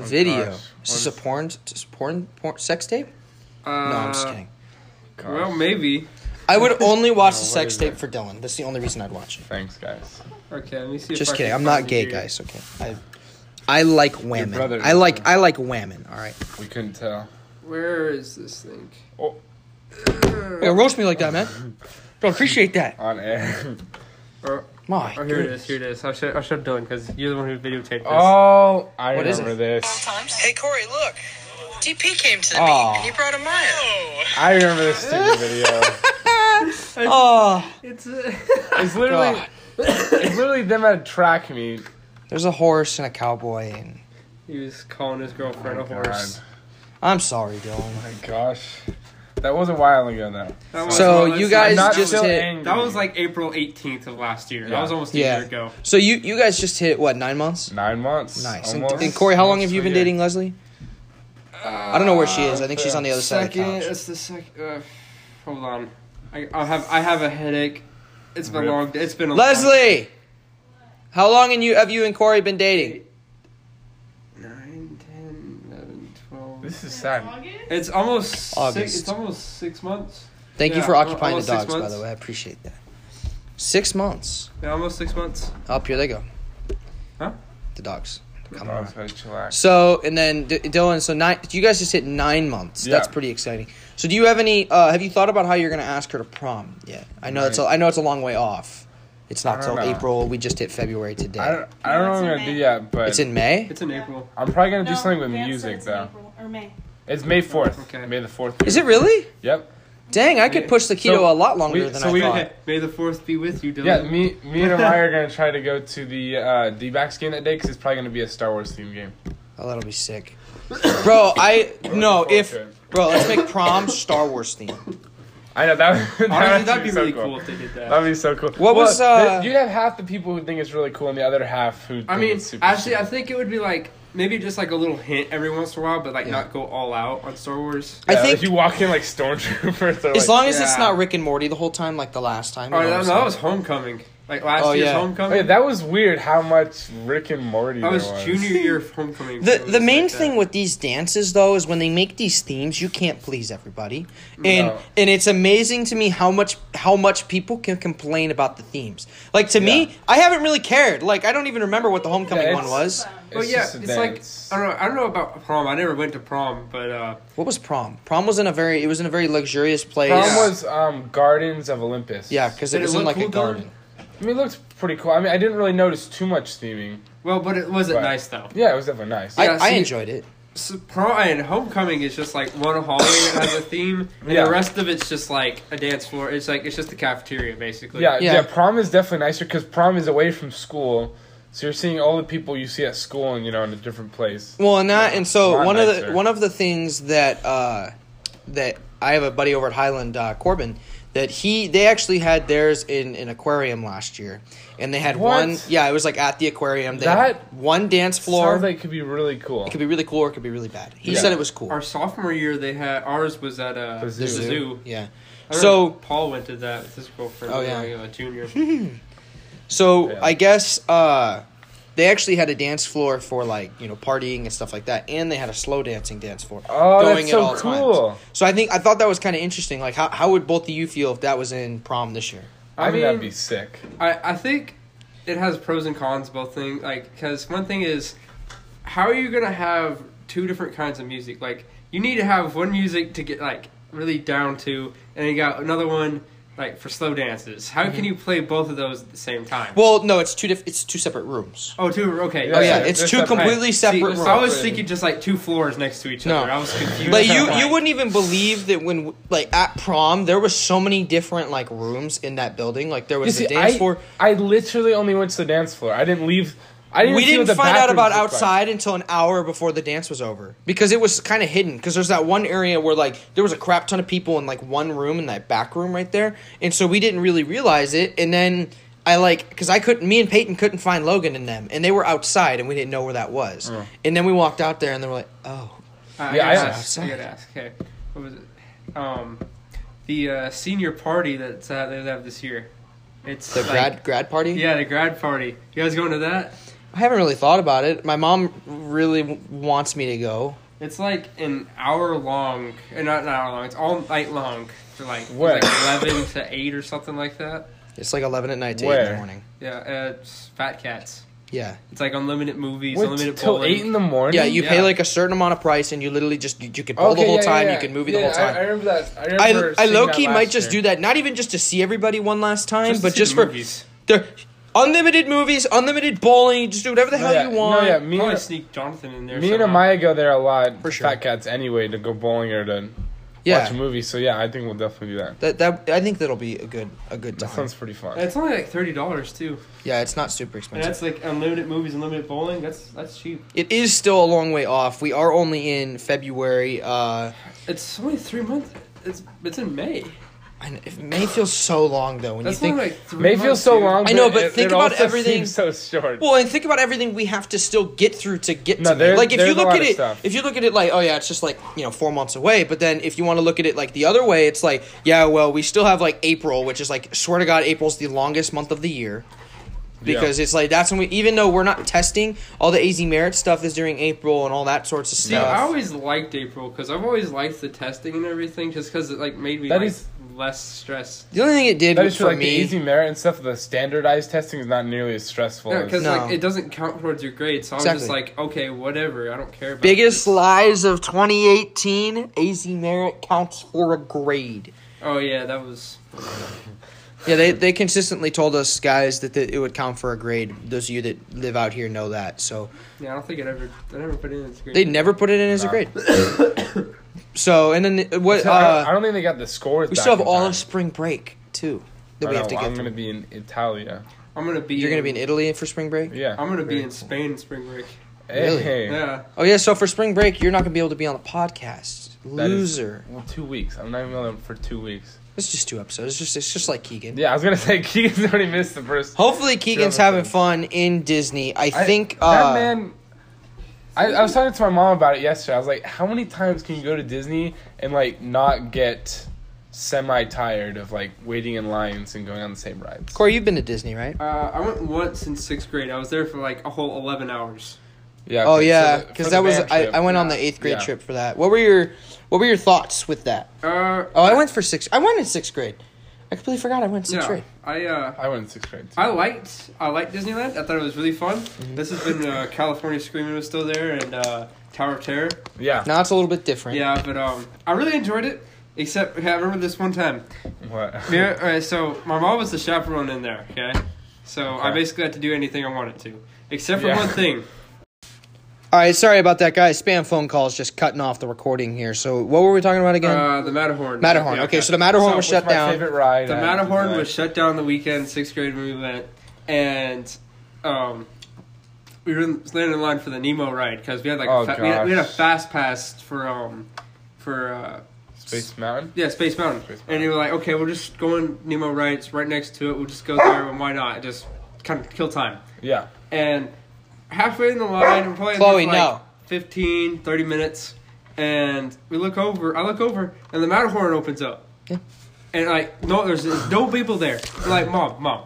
[SPEAKER 2] video.
[SPEAKER 3] Oh, gosh.
[SPEAKER 2] Is this a porn, s- porn, porn, sex tape?
[SPEAKER 4] Uh,
[SPEAKER 2] No, I'm just kidding.
[SPEAKER 3] Gosh,
[SPEAKER 4] Well, maybe.
[SPEAKER 2] I would only watch the
[SPEAKER 3] what
[SPEAKER 2] sex
[SPEAKER 3] is
[SPEAKER 2] tape
[SPEAKER 3] it?
[SPEAKER 2] for Dylan. That's the only reason I'd watch it.
[SPEAKER 3] thanks, guys.
[SPEAKER 4] Okay, let me see.
[SPEAKER 2] Just
[SPEAKER 4] if I
[SPEAKER 2] kidding.
[SPEAKER 4] can
[SPEAKER 2] I'm not
[SPEAKER 4] find
[SPEAKER 2] gay,
[SPEAKER 4] it here.
[SPEAKER 2] guys. Okay. I, I like women.
[SPEAKER 3] brother-
[SPEAKER 2] I like I like women. All right.
[SPEAKER 3] We couldn't tell.
[SPEAKER 4] Where is this thing?
[SPEAKER 3] Oh.
[SPEAKER 2] Yeah, roast me like that, man. Don't appreciate that.
[SPEAKER 3] On air.
[SPEAKER 4] Oh,
[SPEAKER 2] My.
[SPEAKER 4] oh, here it is. Here it is. I should I should Dylan because you're the one who videotaped this.
[SPEAKER 3] Oh, I
[SPEAKER 2] What is
[SPEAKER 3] remember this.
[SPEAKER 9] Hey, Corey, look. DP came to the
[SPEAKER 2] Aw.
[SPEAKER 9] meet and he brought a Maya.
[SPEAKER 3] I remember this stupid video.
[SPEAKER 2] Oh,
[SPEAKER 4] It's. A-
[SPEAKER 3] It's literally,
[SPEAKER 2] God.
[SPEAKER 3] it's literally them at a track meet.
[SPEAKER 2] there's a horse and a cowboy, and
[SPEAKER 4] He was calling his girlfriend a horse.
[SPEAKER 3] Oh God.
[SPEAKER 2] I'm sorry, Dylan.
[SPEAKER 4] Oh,
[SPEAKER 3] My gosh, that was a while ago now.
[SPEAKER 4] That was-
[SPEAKER 2] So
[SPEAKER 4] that was-
[SPEAKER 2] you guys
[SPEAKER 4] I'm not-
[SPEAKER 2] just
[SPEAKER 3] still
[SPEAKER 2] hit-
[SPEAKER 3] angry.
[SPEAKER 4] That was like April 18th of last year. That
[SPEAKER 3] Yeah.
[SPEAKER 4] was almost a
[SPEAKER 2] Yeah.
[SPEAKER 4] year ago.
[SPEAKER 2] So you you guys just hit what nine months?
[SPEAKER 3] nine months.
[SPEAKER 2] Nice. And,
[SPEAKER 3] almost.
[SPEAKER 2] and Corey, how long
[SPEAKER 3] Almost
[SPEAKER 2] have you
[SPEAKER 3] a
[SPEAKER 2] been
[SPEAKER 3] year.
[SPEAKER 2] dating Leslie? I don't know where she is. I think she's on the other side
[SPEAKER 4] Second,
[SPEAKER 2] of the couch.
[SPEAKER 4] it's the second. Uh, hold on, I, I have I have a headache. It's been
[SPEAKER 3] Rip.
[SPEAKER 4] long. It's been a
[SPEAKER 2] Leslie, how long and you have you and Corey been dating?
[SPEAKER 4] Long, nine, ten, eleven, twelve.
[SPEAKER 3] This is sad.
[SPEAKER 4] It's almost
[SPEAKER 2] August.
[SPEAKER 4] Six, it's almost six months.
[SPEAKER 2] Thank you
[SPEAKER 4] Yeah,
[SPEAKER 2] for occupying the
[SPEAKER 4] almost six
[SPEAKER 2] dogs, by
[SPEAKER 4] months.
[SPEAKER 2] the way. I appreciate that. Six months.
[SPEAKER 4] Yeah, almost six months.
[SPEAKER 2] Up here they go.
[SPEAKER 4] Huh?
[SPEAKER 2] The dogs. Come
[SPEAKER 3] Oh,
[SPEAKER 2] on.
[SPEAKER 3] it's gotta chillax.
[SPEAKER 2] So and then D- Dylan, so nine. You guys just hit nine months. That's
[SPEAKER 3] Yeah.
[SPEAKER 2] pretty exciting. So do you have any? Uh, have you thought about how you're gonna ask her to prom yet? I know it's a, I know it's a long way off. It's not
[SPEAKER 3] I
[SPEAKER 2] till
[SPEAKER 3] don't know.
[SPEAKER 2] April. We just hit February today.
[SPEAKER 3] I don't, I don't know what I'm
[SPEAKER 1] It's in
[SPEAKER 3] gonna do
[SPEAKER 1] May.
[SPEAKER 3] yet, but
[SPEAKER 2] it's in May.
[SPEAKER 4] It's in April.
[SPEAKER 3] I'm probably gonna do something with music though.
[SPEAKER 1] Or May.
[SPEAKER 3] It's May fourth.
[SPEAKER 4] Okay.
[SPEAKER 3] May the fourth.
[SPEAKER 2] Is it really?
[SPEAKER 3] Yep.
[SPEAKER 2] Dang, I could push the keto
[SPEAKER 3] So,
[SPEAKER 2] a lot longer
[SPEAKER 3] we-
[SPEAKER 2] than
[SPEAKER 3] so
[SPEAKER 2] I
[SPEAKER 3] we-
[SPEAKER 2] thought.
[SPEAKER 3] Okay.
[SPEAKER 4] May the fourth be with you, Dylan.
[SPEAKER 3] Yeah, me, me and Amaya are gonna try to go to the uh, D-backs game that day because it's probably gonna be a Star Wars themed game.
[SPEAKER 2] Oh, that'll be sick, bro. I no
[SPEAKER 3] forward
[SPEAKER 2] if
[SPEAKER 3] to it.
[SPEAKER 2] bro. Let's make prom Star Wars theme.
[SPEAKER 3] I know that. would- that
[SPEAKER 4] Honestly,
[SPEAKER 3] would
[SPEAKER 4] that'd be
[SPEAKER 3] so
[SPEAKER 4] really cool if they did that.
[SPEAKER 3] That'd be so cool.
[SPEAKER 2] What was, uh,
[SPEAKER 3] you have half the people who think it's really cool, and the other half who.
[SPEAKER 4] I
[SPEAKER 3] think
[SPEAKER 4] mean,
[SPEAKER 3] it's super
[SPEAKER 4] actually, I
[SPEAKER 3] stupid.
[SPEAKER 4] think it would be like maybe just like a little hint every once in a while, but like not go all out on Star Wars.
[SPEAKER 2] I
[SPEAKER 3] Yeah,
[SPEAKER 2] think
[SPEAKER 3] if you walk in like stormtroopers. they're
[SPEAKER 2] as
[SPEAKER 3] like,
[SPEAKER 2] long as it's
[SPEAKER 4] yeah.
[SPEAKER 2] not Rick and Morty the whole time, like the last time. you
[SPEAKER 4] Oh,
[SPEAKER 2] know what
[SPEAKER 4] that,
[SPEAKER 2] I'm
[SPEAKER 4] that
[SPEAKER 2] saying?
[SPEAKER 4] was Homecoming. Like last
[SPEAKER 2] Oh,
[SPEAKER 4] year's
[SPEAKER 2] yeah.
[SPEAKER 3] Oh, yeah,
[SPEAKER 4] Homecoming.
[SPEAKER 3] that was weird. How much Rick and Morty
[SPEAKER 4] that
[SPEAKER 3] there
[SPEAKER 4] was junior year of Homecoming. so
[SPEAKER 2] The,
[SPEAKER 4] it was
[SPEAKER 2] the main
[SPEAKER 4] like that.
[SPEAKER 2] thing with these dances though is when they make these themes you can't please everybody and
[SPEAKER 3] No.
[SPEAKER 2] and it's amazing to me how much how much people can complain about the themes like to
[SPEAKER 3] Yeah.
[SPEAKER 2] me I haven't really cared like I don't even remember what the homecoming
[SPEAKER 3] Yeah,
[SPEAKER 2] one
[SPEAKER 3] it's-
[SPEAKER 2] was
[SPEAKER 1] Wow.
[SPEAKER 4] Well, yeah, it's like I don't know. I don't know about prom. I never went to prom, but uh,
[SPEAKER 2] what was prom prom was in a very it was in a very luxurious place
[SPEAKER 3] Prom
[SPEAKER 4] Yeah.
[SPEAKER 3] was um, Gardens of Olympus.
[SPEAKER 2] yeah because it
[SPEAKER 4] Did it
[SPEAKER 2] was in
[SPEAKER 4] look
[SPEAKER 2] like a
[SPEAKER 4] cool, Dylan?
[SPEAKER 2] garden
[SPEAKER 3] I mean, it looked pretty cool. I mean, I didn't really notice too much theming.
[SPEAKER 4] well, but it wasn't
[SPEAKER 3] Right.
[SPEAKER 4] nice though.
[SPEAKER 3] Yeah, it was definitely nice.
[SPEAKER 2] I,
[SPEAKER 4] Yeah,
[SPEAKER 2] I
[SPEAKER 4] see-
[SPEAKER 2] enjoyed it
[SPEAKER 4] so prom and homecoming is just like one hallway that has a theme, and
[SPEAKER 3] Yeah.
[SPEAKER 4] the rest of it's just like a dance floor. It's like it's just the cafeteria basically.
[SPEAKER 3] Yeah,
[SPEAKER 2] Yeah.
[SPEAKER 3] yeah, Prom is definitely nicer because prom is away from school, so you're seeing all the people you see at school and you know in a different place.
[SPEAKER 2] Well, and that, and so
[SPEAKER 3] Lot
[SPEAKER 2] one of the
[SPEAKER 3] nicer.
[SPEAKER 2] one of the things that uh, that I have a buddy over at Highland, uh, Corbin, that he they actually had theirs in an aquarium last year, and they had
[SPEAKER 3] What?
[SPEAKER 2] one. Yeah, it was like at the aquarium. They
[SPEAKER 3] That
[SPEAKER 2] had one dance floor.
[SPEAKER 3] Sounds like it could be really cool.
[SPEAKER 2] it could be really cool or it could be really bad. He
[SPEAKER 3] Yeah.
[SPEAKER 2] said it was cool.
[SPEAKER 4] Our sophomore year, they had ours was at uh,
[SPEAKER 3] The
[SPEAKER 4] the
[SPEAKER 3] zoo.
[SPEAKER 4] zoo.
[SPEAKER 2] Yeah.
[SPEAKER 4] I remember
[SPEAKER 2] So
[SPEAKER 4] Paul went to that with his girlfriend.
[SPEAKER 2] Oh,
[SPEAKER 4] when
[SPEAKER 2] yeah.
[SPEAKER 4] I was a junior.
[SPEAKER 2] so
[SPEAKER 3] Yeah.
[SPEAKER 2] I guess uh, they actually had a dance floor for like you know partying and stuff like that, and they had a slow dancing dance floor
[SPEAKER 3] Oh, that's so cool.
[SPEAKER 2] So I think I thought that was kind of interesting. Like, how, how would both of you feel if that was in prom this year?
[SPEAKER 3] I,
[SPEAKER 4] I
[SPEAKER 3] think that'd
[SPEAKER 4] mean-
[SPEAKER 3] be sick.
[SPEAKER 4] I, I think it has pros and cons both things like because one thing is how are you gonna have two different kinds of music like you need to have one music to get like really down to and you got another one like for slow dances how can you play both of those at the same time
[SPEAKER 2] Mm-hmm. Well, no, it's two diff- It's two separate rooms.
[SPEAKER 4] oh two okay
[SPEAKER 3] Yeah,
[SPEAKER 2] Oh
[SPEAKER 4] okay.
[SPEAKER 2] yeah,
[SPEAKER 3] yeah,
[SPEAKER 2] it's
[SPEAKER 3] they're
[SPEAKER 2] two
[SPEAKER 3] separate.
[SPEAKER 2] completely
[SPEAKER 4] See,
[SPEAKER 2] separate
[SPEAKER 4] I
[SPEAKER 2] rooms.
[SPEAKER 4] was thinking just like two floors next to each
[SPEAKER 2] No.
[SPEAKER 4] other. I was confused.
[SPEAKER 2] Like you,
[SPEAKER 4] Like,
[SPEAKER 2] you wouldn't even believe that when like at prom there was so many different like rooms in that building. Like there
[SPEAKER 3] You
[SPEAKER 2] was
[SPEAKER 3] see,
[SPEAKER 2] a dance
[SPEAKER 3] I,
[SPEAKER 2] floor.
[SPEAKER 3] I literally only went to the dance floor. I didn't leave. I didn't.
[SPEAKER 2] We
[SPEAKER 3] even see what
[SPEAKER 2] didn't
[SPEAKER 3] the
[SPEAKER 2] find out
[SPEAKER 3] bathrooms
[SPEAKER 2] about
[SPEAKER 3] looked like.
[SPEAKER 2] outside until an hour before the dance was over because it was kind of hidden. Because there's that one area where like there was a crap ton of people in like one room in that back room right there, and so we didn't really realize it. And then I like because I couldn't, me and Peyton couldn't find Logan in them, and they were outside, and we didn't know where that was.
[SPEAKER 4] Oh.
[SPEAKER 2] And then we walked out there, and they were like, "Oh,
[SPEAKER 4] I,
[SPEAKER 3] Yeah,
[SPEAKER 4] I
[SPEAKER 3] I-
[SPEAKER 4] gotta ask. I gotta ask. Okay, what was it? Um, the uh, senior party that's uh, they have this year. It's
[SPEAKER 2] the
[SPEAKER 4] like-
[SPEAKER 2] grad grad party."
[SPEAKER 4] Yeah, the grad party. You guys going to that?
[SPEAKER 2] I haven't really thought about it. My mom really w- wants me to go.
[SPEAKER 4] It's like an hour long, eh, not an hour long. It's all night long for like, it's
[SPEAKER 3] Where?
[SPEAKER 4] like eleven to eight or something like that.
[SPEAKER 2] It's like eleven at night to eight in
[SPEAKER 3] Where?
[SPEAKER 2] the morning.
[SPEAKER 4] Yeah, uh, it's Fat Cats.
[SPEAKER 2] Yeah,
[SPEAKER 4] It's like unlimited movies,
[SPEAKER 3] Wait
[SPEAKER 4] unlimited
[SPEAKER 3] till
[SPEAKER 4] bowling.
[SPEAKER 3] eight in the morning.
[SPEAKER 2] yeah. You pay
[SPEAKER 4] Yeah.
[SPEAKER 2] like a certain amount of price, and you literally just you, you can bowl the whole
[SPEAKER 3] yeah, yeah,
[SPEAKER 2] time.
[SPEAKER 3] yeah.
[SPEAKER 2] You can movie
[SPEAKER 3] Yeah,
[SPEAKER 2] the whole time.
[SPEAKER 3] I, I remember that. I,
[SPEAKER 2] I,
[SPEAKER 3] remember
[SPEAKER 2] I
[SPEAKER 3] seeing
[SPEAKER 2] low
[SPEAKER 3] that
[SPEAKER 2] key
[SPEAKER 3] last
[SPEAKER 2] might just
[SPEAKER 3] year.
[SPEAKER 2] do that, not even just to see everybody one last time,
[SPEAKER 4] Just to
[SPEAKER 2] but
[SPEAKER 4] see
[SPEAKER 2] just
[SPEAKER 4] the
[SPEAKER 2] for
[SPEAKER 4] movies.
[SPEAKER 2] they're unlimited movies, unlimited bowling. Just do whatever the
[SPEAKER 3] No,
[SPEAKER 2] hell
[SPEAKER 3] yeah,
[SPEAKER 2] you want.
[SPEAKER 3] No, yeah, me
[SPEAKER 4] Probably
[SPEAKER 3] and,
[SPEAKER 4] sneak Jonathan in there.
[SPEAKER 3] me and
[SPEAKER 4] somehow.
[SPEAKER 3] Amaya go there a lot.
[SPEAKER 2] For
[SPEAKER 3] For
[SPEAKER 2] sure.
[SPEAKER 3] Fat cats anyway to go bowling or to
[SPEAKER 2] Yeah.
[SPEAKER 3] watch a movie. So yeah, I think we'll definitely do that.
[SPEAKER 2] That that I think that'll be a good a good
[SPEAKER 3] That
[SPEAKER 2] time.
[SPEAKER 3] sounds pretty fun.
[SPEAKER 4] And It's only like thirty dollars too,
[SPEAKER 2] Yeah, it's not super
[SPEAKER 4] and
[SPEAKER 2] expensive.
[SPEAKER 4] that's like unlimited movies, unlimited bowling. That's that's cheap.
[SPEAKER 2] It is still a long way off. We are only in February. Uh,
[SPEAKER 4] It's only three months. It's it's in May.
[SPEAKER 2] and it may feel so long though when
[SPEAKER 4] That's
[SPEAKER 2] you think.
[SPEAKER 4] only like three
[SPEAKER 3] May
[SPEAKER 4] months,
[SPEAKER 3] feel so
[SPEAKER 4] dude.
[SPEAKER 3] long.
[SPEAKER 2] I know, but
[SPEAKER 3] it-
[SPEAKER 2] think
[SPEAKER 3] it
[SPEAKER 2] about
[SPEAKER 3] also
[SPEAKER 2] everything-
[SPEAKER 3] seems so short.
[SPEAKER 2] Well, and think about everything we have to still get through to get
[SPEAKER 3] No,
[SPEAKER 2] to
[SPEAKER 3] there-
[SPEAKER 2] there, like if
[SPEAKER 3] there's
[SPEAKER 2] you
[SPEAKER 3] a
[SPEAKER 2] look
[SPEAKER 3] lot
[SPEAKER 2] at
[SPEAKER 3] of
[SPEAKER 2] it
[SPEAKER 3] stuff.
[SPEAKER 2] if you look at it like oh yeah it's just like you know 4 months away but then if you want to look at it like the other way it's like yeah well we still have like April which is like swear to god April's the longest month of the year because it's like that's when we even though we're not testing all the AZ merit stuff is during April and all that sorts of
[SPEAKER 4] See, I
[SPEAKER 2] stuff.
[SPEAKER 4] always liked April because I've always liked the testing and everything, just because it like made me
[SPEAKER 3] That
[SPEAKER 4] like,
[SPEAKER 3] is-
[SPEAKER 4] less stressed.
[SPEAKER 2] the only thing it did
[SPEAKER 3] that is true.
[SPEAKER 2] for
[SPEAKER 3] Like the
[SPEAKER 2] me
[SPEAKER 3] easy merit and stuff. The standardized testing is not nearly as stressful.
[SPEAKER 4] Yeah,
[SPEAKER 3] as-
[SPEAKER 4] because
[SPEAKER 2] No.
[SPEAKER 4] like it doesn't count towards your grades, so I was just
[SPEAKER 2] Exactly.
[SPEAKER 4] like, okay, whatever, I don't care. About
[SPEAKER 2] biggest
[SPEAKER 4] this.
[SPEAKER 2] lies of 2018 AZ merit counts for a grade.
[SPEAKER 4] Oh yeah, that was.
[SPEAKER 2] Yeah, they, they consistently told us guys that the, it would count for a grade. Those of you that live out here know that. So
[SPEAKER 4] Yeah, I don't think it ever. I never put it in the grade.
[SPEAKER 2] they never put it in as a
[SPEAKER 3] Nah.
[SPEAKER 2] grade. so and then the- what?
[SPEAKER 3] So I, don't, I
[SPEAKER 2] Uh,
[SPEAKER 3] don't think they got the scores.
[SPEAKER 2] we
[SPEAKER 3] back
[SPEAKER 2] still have
[SPEAKER 3] in
[SPEAKER 2] all
[SPEAKER 3] time.
[SPEAKER 2] of spring break too that
[SPEAKER 3] I
[SPEAKER 2] we have
[SPEAKER 3] know,
[SPEAKER 2] to
[SPEAKER 3] I'm
[SPEAKER 2] get
[SPEAKER 3] gonna
[SPEAKER 2] through.
[SPEAKER 3] be in Italia.
[SPEAKER 4] I'm gonna be.
[SPEAKER 2] You're gonna be in Italy for spring break.
[SPEAKER 3] Yeah.
[SPEAKER 4] I'm gonna be in Spain in spring break.
[SPEAKER 2] Really?
[SPEAKER 3] Hey.
[SPEAKER 4] Yeah.
[SPEAKER 2] Oh yeah, so for spring break you're not gonna be able to be on the podcast.
[SPEAKER 3] That is-
[SPEAKER 2] Loser.
[SPEAKER 3] Well, two weeks. I'm not even going for two weeks.
[SPEAKER 2] It's just two episodes. It's just it's just like Keegan.
[SPEAKER 3] Yeah, I was gonna say Keegan's already missed the first.
[SPEAKER 2] Hopefully Keegan's
[SPEAKER 3] Sure,
[SPEAKER 2] having
[SPEAKER 3] okay.
[SPEAKER 2] fun in Disney. I
[SPEAKER 3] I-
[SPEAKER 2] think
[SPEAKER 3] that
[SPEAKER 2] uh,
[SPEAKER 3] man. I, I was talking to my mom about it yesterday. I was like, "How many times can you go to Disney and like not get semi tired of like waiting in lines and going on the same rides?"
[SPEAKER 2] Corey, you've been to Disney, right?
[SPEAKER 4] Uh, I went once in sixth grade. I was there for like a whole eleven hours.
[SPEAKER 3] Yeah.
[SPEAKER 2] Oh
[SPEAKER 3] for-
[SPEAKER 2] yeah,
[SPEAKER 3] for the-
[SPEAKER 2] because
[SPEAKER 3] for
[SPEAKER 2] that
[SPEAKER 3] the
[SPEAKER 2] was
[SPEAKER 3] band
[SPEAKER 2] I,
[SPEAKER 3] trip.
[SPEAKER 2] I went on
[SPEAKER 3] Yeah.
[SPEAKER 2] the eighth grade
[SPEAKER 3] Yeah.
[SPEAKER 2] trip for that. What were your What were your thoughts with that?
[SPEAKER 4] Uh,
[SPEAKER 2] Oh, I went for six. I went in sixth grade. I completely forgot I went in sixth
[SPEAKER 4] yeah.
[SPEAKER 2] grade.
[SPEAKER 4] I uh.
[SPEAKER 3] I went in sixth grade. too.
[SPEAKER 4] I liked I liked Disneyland. I thought it was really fun.
[SPEAKER 2] Mhm.
[SPEAKER 4] This has been uh, California Screaming was still there and uh, Tower of Terror.
[SPEAKER 3] Yeah.
[SPEAKER 2] Now it's a little bit different.
[SPEAKER 4] Yeah, but um, I really enjoyed it. Except okay, I remember this one time.
[SPEAKER 3] What?
[SPEAKER 4] We were- all right, so my mom was the chaperone in there. Okay, so I
[SPEAKER 3] Okay.
[SPEAKER 4] basically had to do anything I wanted to, except for
[SPEAKER 3] Yeah.
[SPEAKER 4] one thing.
[SPEAKER 2] I All right, sorry about that, guys. Spam phone calls just cutting off the recording here. So what were we talking about again?
[SPEAKER 4] Uh, the Matterhorn.
[SPEAKER 2] Matterhorn.
[SPEAKER 4] Yeah,
[SPEAKER 2] Okay, so the Matterhorn was
[SPEAKER 3] what's
[SPEAKER 2] shut
[SPEAKER 3] my
[SPEAKER 2] down.
[SPEAKER 3] Favorite ride.
[SPEAKER 4] The
[SPEAKER 3] I-
[SPEAKER 4] Matterhorn
[SPEAKER 3] I-
[SPEAKER 4] was shut down the weekend, sixth grade when we went, and um, we were in, standing in line for the Nemo ride because we had like
[SPEAKER 3] Oh,
[SPEAKER 4] a fa- we, had, we had a
[SPEAKER 3] gosh.
[SPEAKER 4] fast pass for um for uh,
[SPEAKER 3] Space Mountain.
[SPEAKER 4] yeah Space Mountain,
[SPEAKER 3] Space
[SPEAKER 4] and we were like, okay, we're just going Nemo ride. It's right next to it. We'll just go there, and why not? Just kind of kill time.
[SPEAKER 3] Yeah.
[SPEAKER 4] And halfway in the line, we're probably in there
[SPEAKER 2] Chloe,
[SPEAKER 4] for, like
[SPEAKER 2] no.
[SPEAKER 4] 15, 30 minutes, and we look over. I look over, and the Matterhorn opens up. And like, no, there's, there's no people there. We're like, mom, mom,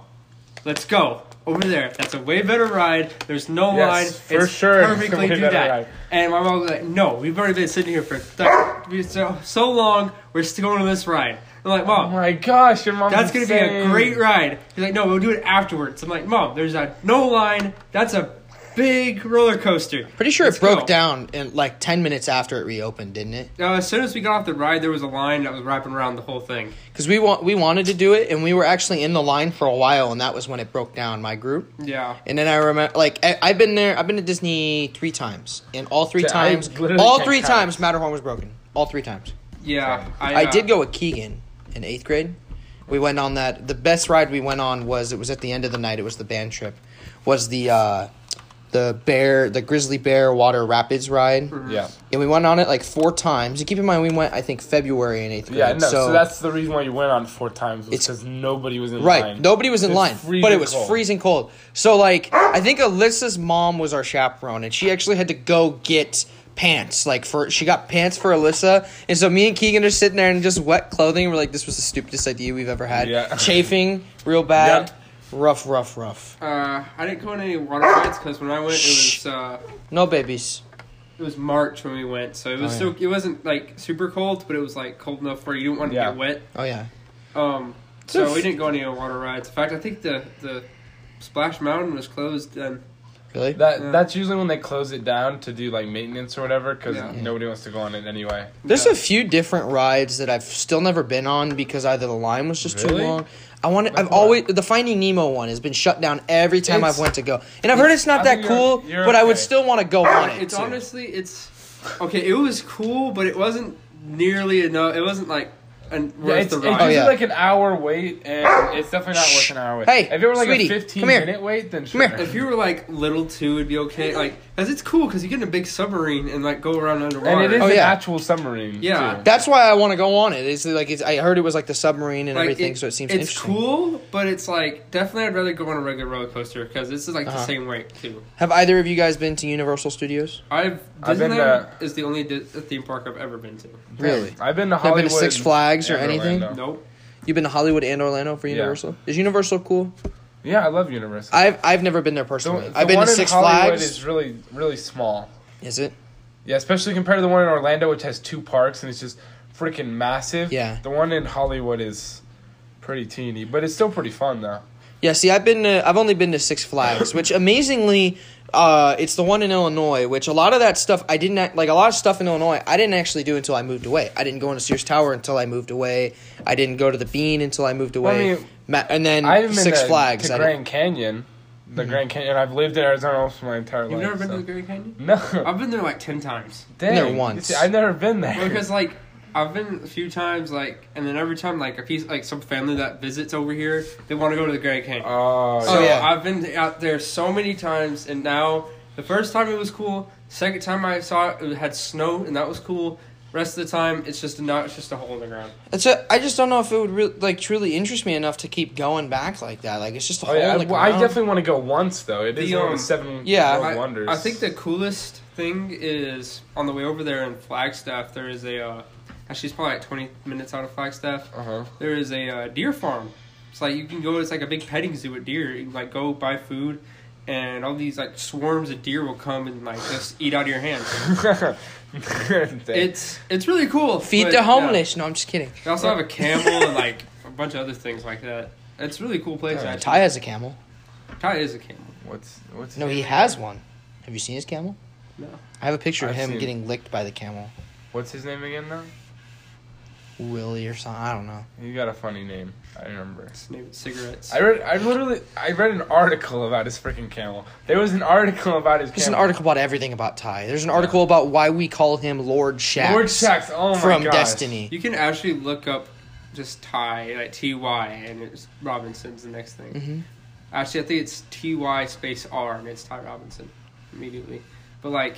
[SPEAKER 4] let's go over there. That's a way better ride. There's no
[SPEAKER 3] Yes,
[SPEAKER 4] line.
[SPEAKER 3] for sure, it's a
[SPEAKER 4] Perfectly
[SPEAKER 3] way
[SPEAKER 4] do
[SPEAKER 3] better
[SPEAKER 4] that.
[SPEAKER 3] ride.
[SPEAKER 4] And my mom was like, no, we've already been sitting here for th- we- so so long. We're still going to this ride. I'm like,
[SPEAKER 3] Oh
[SPEAKER 4] mom,
[SPEAKER 3] my gosh, your mom.
[SPEAKER 4] that's gonna be a great ride. He's like, no, we'll do it afterwards. I'm like, mom, there's a no line. That's a big roller coaster.
[SPEAKER 2] Pretty sure
[SPEAKER 4] Let's
[SPEAKER 2] it broke
[SPEAKER 4] go.
[SPEAKER 2] down in like ten minutes after it reopened, didn't it?
[SPEAKER 4] Uh, as soon as we got off the ride, there was a line that was wrapping around the whole thing.
[SPEAKER 2] Because we want we wanted to do it, and we were actually in the line for a while, and that was when it broke down. My group.
[SPEAKER 4] Yeah.
[SPEAKER 2] And then I remember, like, I, I've been there. I've been to Disney three times, and all three
[SPEAKER 3] Yeah, I
[SPEAKER 2] times,
[SPEAKER 3] literally
[SPEAKER 2] all
[SPEAKER 3] can't
[SPEAKER 2] three
[SPEAKER 3] count.
[SPEAKER 2] times, Matterhorn was broken. All three times.
[SPEAKER 4] Yeah. uh,
[SPEAKER 2] I did go with Keegan in eighth grade. We went on that. The best ride we went on was it was at the end of the night. It was the band trip. Was the uh, the bear, the grizzly bear water rapids ride,
[SPEAKER 3] Yeah.
[SPEAKER 2] and we went on it like four times. And keep in mind, we went I think February in eighth grade.
[SPEAKER 3] Yeah, no. So, that's the reason why you went on four times was
[SPEAKER 2] It's-
[SPEAKER 3] because nobody was in
[SPEAKER 2] Right.
[SPEAKER 3] line.
[SPEAKER 2] Nobody was in
[SPEAKER 3] It's
[SPEAKER 2] line, but
[SPEAKER 3] freezing
[SPEAKER 2] it was
[SPEAKER 3] cold.
[SPEAKER 2] freezing cold. So like, I think Alyssa's mom was our chaperone, and she actually had to go get pants. Like for she got pants for Alyssa, and so me and Keegan are sitting there in just wet clothing. We're like, this was the stupidest idea we've ever had.
[SPEAKER 3] Yeah.
[SPEAKER 2] Chafing real bad.
[SPEAKER 3] Yeah.
[SPEAKER 2] Rough, rough, rough.
[SPEAKER 4] Uh, I didn't go on any water rides because when I went, it was uh,
[SPEAKER 2] No babies.
[SPEAKER 4] it was March when we went, so it was
[SPEAKER 2] Oh,
[SPEAKER 4] still it wasn't like super cold, but it was like cold enough where you didn't want to
[SPEAKER 3] Yeah.
[SPEAKER 4] get wet.
[SPEAKER 2] Oh yeah.
[SPEAKER 4] Um, so we didn't go on any water rides. In fact, I think the the Splash Mountain was closed then.
[SPEAKER 2] Really?
[SPEAKER 3] That
[SPEAKER 4] Yeah.
[SPEAKER 3] that's usually when they close it down to do like maintenance or whatever because
[SPEAKER 4] Yeah.
[SPEAKER 3] nobody wants to go on it anyway.
[SPEAKER 2] There's
[SPEAKER 4] Yeah.
[SPEAKER 2] a few different rides that I've still never been on because either the line was just too
[SPEAKER 3] Really?
[SPEAKER 2] long. I want.
[SPEAKER 3] Like
[SPEAKER 2] I've
[SPEAKER 3] what?
[SPEAKER 2] always the Finding Nemo one has been shut down every time
[SPEAKER 3] It's-
[SPEAKER 2] I've went to go, and I've heard it's not
[SPEAKER 3] I
[SPEAKER 2] that
[SPEAKER 3] think you're-
[SPEAKER 2] cool,
[SPEAKER 3] you're
[SPEAKER 2] but I would
[SPEAKER 3] okay.
[SPEAKER 2] still want to go on it.
[SPEAKER 4] It's
[SPEAKER 2] too.
[SPEAKER 4] honestly, it's okay. It was cool, but it wasn't nearly enough. It wasn't like an
[SPEAKER 3] Yeah,
[SPEAKER 4] worth
[SPEAKER 3] it's,
[SPEAKER 4] the
[SPEAKER 3] it's
[SPEAKER 4] ride.
[SPEAKER 2] Oh,
[SPEAKER 3] usually
[SPEAKER 2] yeah.
[SPEAKER 3] like an hour wait, and it's definitely not worth an hour wait.
[SPEAKER 2] Hey,
[SPEAKER 3] if it were like
[SPEAKER 2] sweetie,
[SPEAKER 3] a fifteen
[SPEAKER 2] come here.
[SPEAKER 3] minute wait, then
[SPEAKER 2] Come
[SPEAKER 3] sure.
[SPEAKER 2] here.
[SPEAKER 4] If you were like little two, it'd be okay. Like, cause it's cool because you get in a big submarine and like go around underwater.
[SPEAKER 3] and it is
[SPEAKER 2] Oh,
[SPEAKER 3] an
[SPEAKER 2] yeah.
[SPEAKER 3] actual submarine.
[SPEAKER 4] Yeah.
[SPEAKER 3] too.
[SPEAKER 2] That's why I want to go on it. It's like it's, I heard it was like the submarine and
[SPEAKER 4] like,
[SPEAKER 2] everything, so it seems
[SPEAKER 4] it's
[SPEAKER 2] interesting.
[SPEAKER 4] cool, but it's like definitely I'd rather go on a regular roller coaster because this is like
[SPEAKER 2] Uh-huh.
[SPEAKER 4] the same rate too.
[SPEAKER 2] Have either of you guys been to Universal Studios?
[SPEAKER 4] I've
[SPEAKER 3] I've been
[SPEAKER 4] Disneyland is the only di- uh, theme park I've ever been to.
[SPEAKER 2] Really?
[SPEAKER 3] I've been to
[SPEAKER 2] Have been
[SPEAKER 3] Hollywood.
[SPEAKER 2] to Six Flags or
[SPEAKER 3] and
[SPEAKER 2] anything?
[SPEAKER 3] Orlando.
[SPEAKER 4] Nope.
[SPEAKER 2] You've been to Hollywood and Orlando for
[SPEAKER 3] Yeah.
[SPEAKER 2] Universal. Is Universal cool?
[SPEAKER 3] Yeah, I love Universal.
[SPEAKER 2] I've I've never been there personally. I've been
[SPEAKER 3] one
[SPEAKER 2] to
[SPEAKER 3] in
[SPEAKER 2] Six
[SPEAKER 3] Hollywood
[SPEAKER 2] Flags.
[SPEAKER 3] is really really small.
[SPEAKER 2] is it?
[SPEAKER 3] Yeah, especially compared to the one in Orlando, which has two parks and it's just freaking massive.
[SPEAKER 2] Yeah.
[SPEAKER 3] The one in Hollywood is pretty teeny, but it's still pretty fun though.
[SPEAKER 2] Yeah, see, I've been to, I've only been to Six Flags, which amazingly, uh, it's the one in Illinois. Which a lot of that stuff I didn't act, like a lot of stuff in Illinois I didn't actually do until I moved away. I didn't go into Sears Tower until I moved away. I didn't go to the Bean until I moved
[SPEAKER 3] Well, I
[SPEAKER 2] away.
[SPEAKER 3] mean,
[SPEAKER 2] Ma- and then
[SPEAKER 3] I haven't
[SPEAKER 2] Mm, Six
[SPEAKER 3] been to,
[SPEAKER 2] Flags.
[SPEAKER 3] to
[SPEAKER 2] I Mm-hmm. didn't-
[SPEAKER 3] Grand Canyon. The Grand Canyon. I've lived in Arizona almost my entire
[SPEAKER 4] You've
[SPEAKER 3] life.
[SPEAKER 4] never been
[SPEAKER 3] so-
[SPEAKER 4] to the Grand Canyon?
[SPEAKER 3] No.
[SPEAKER 4] I've been there like ten times.
[SPEAKER 3] Dang.
[SPEAKER 2] there
[SPEAKER 3] You
[SPEAKER 2] once.
[SPEAKER 3] see, I've never been there.
[SPEAKER 4] Well, because like I've been a few times, like, and then every time, like, a piece, like, some family that visits over here, they want to go to the Grand Canyon.
[SPEAKER 3] oh,
[SPEAKER 4] so
[SPEAKER 2] Oh, yeah.
[SPEAKER 4] I've been out there so many times, and now the first time it was cool. Second time I saw it, it had snow, and that was cool. Rest of the time, it's just not. It's just a hole in the ground.
[SPEAKER 2] It's a, I just don't know if it would really, like truly interest me enough to keep going back like that. Like it's just a
[SPEAKER 3] Oh,
[SPEAKER 2] hole
[SPEAKER 3] yeah.
[SPEAKER 2] in
[SPEAKER 3] I,
[SPEAKER 2] the
[SPEAKER 3] well, I
[SPEAKER 2] ground.
[SPEAKER 3] definitely want to go once though. It is
[SPEAKER 4] The,
[SPEAKER 3] one of
[SPEAKER 4] um,
[SPEAKER 3] the seven
[SPEAKER 2] yeah.
[SPEAKER 3] world
[SPEAKER 4] I,
[SPEAKER 3] wonders.
[SPEAKER 4] I think the coolest thing is on the way over there in Flagstaff. There is a uh, actually it's probably like twenty minutes out of Flagstaff.
[SPEAKER 3] Uh huh.
[SPEAKER 4] There is a uh, deer farm. It's like you can go. It's like a big petting zoo with deer. You can like go buy food, and all these like swarms of deer will come and like just eat out of your hands. It's it's really cool.
[SPEAKER 2] feed
[SPEAKER 4] but,
[SPEAKER 2] the
[SPEAKER 4] yeah.
[SPEAKER 2] homeless. No, I'm just kidding.
[SPEAKER 4] They also have a camel and like a bunch of other things like that. It's a really cool place.
[SPEAKER 3] Yeah,
[SPEAKER 2] Ty
[SPEAKER 4] actually,
[SPEAKER 2] has a camel.
[SPEAKER 4] Ty is a camel.
[SPEAKER 3] what's what's
[SPEAKER 2] No, he has one. Have you seen his camel?
[SPEAKER 4] No.
[SPEAKER 2] I have a picture of
[SPEAKER 3] I've
[SPEAKER 2] him
[SPEAKER 3] seen-
[SPEAKER 2] getting licked by the camel.
[SPEAKER 3] what's his name again though?
[SPEAKER 2] Willie or something. I don't know.
[SPEAKER 3] He got a funny name. I remember.
[SPEAKER 4] Maybe cigarettes.
[SPEAKER 3] I read. I literally. I read an article about his freaking camel. There was an article about his.
[SPEAKER 2] There's an
[SPEAKER 3] camel.
[SPEAKER 2] article about everything about Ty. There's an article about why we call him Lord Shax.
[SPEAKER 3] Lord Shax. Oh my
[SPEAKER 2] from
[SPEAKER 3] gosh.
[SPEAKER 2] Destiny.
[SPEAKER 4] You can actually look up just Ty, like T Y, and it's Robinson's the next thing.
[SPEAKER 2] Mhm.
[SPEAKER 4] Actually, I think it's T Y space R, and it's Ty Robinson immediately. But like,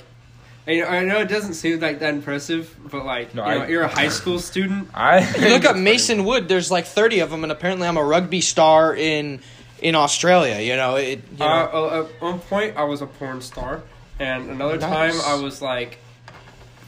[SPEAKER 4] I know, I know it doesn't seem like that impressive, but like,
[SPEAKER 3] No,
[SPEAKER 4] you know,
[SPEAKER 3] I-
[SPEAKER 4] you're a high school student.
[SPEAKER 3] I
[SPEAKER 2] You look up Mason Wood. There's like 30 of them, and apparently I'm a rugby star in in Australia. You know it. You know.
[SPEAKER 4] Uh, at one point, I was a porn star, and another
[SPEAKER 2] Nice.
[SPEAKER 4] time, I was like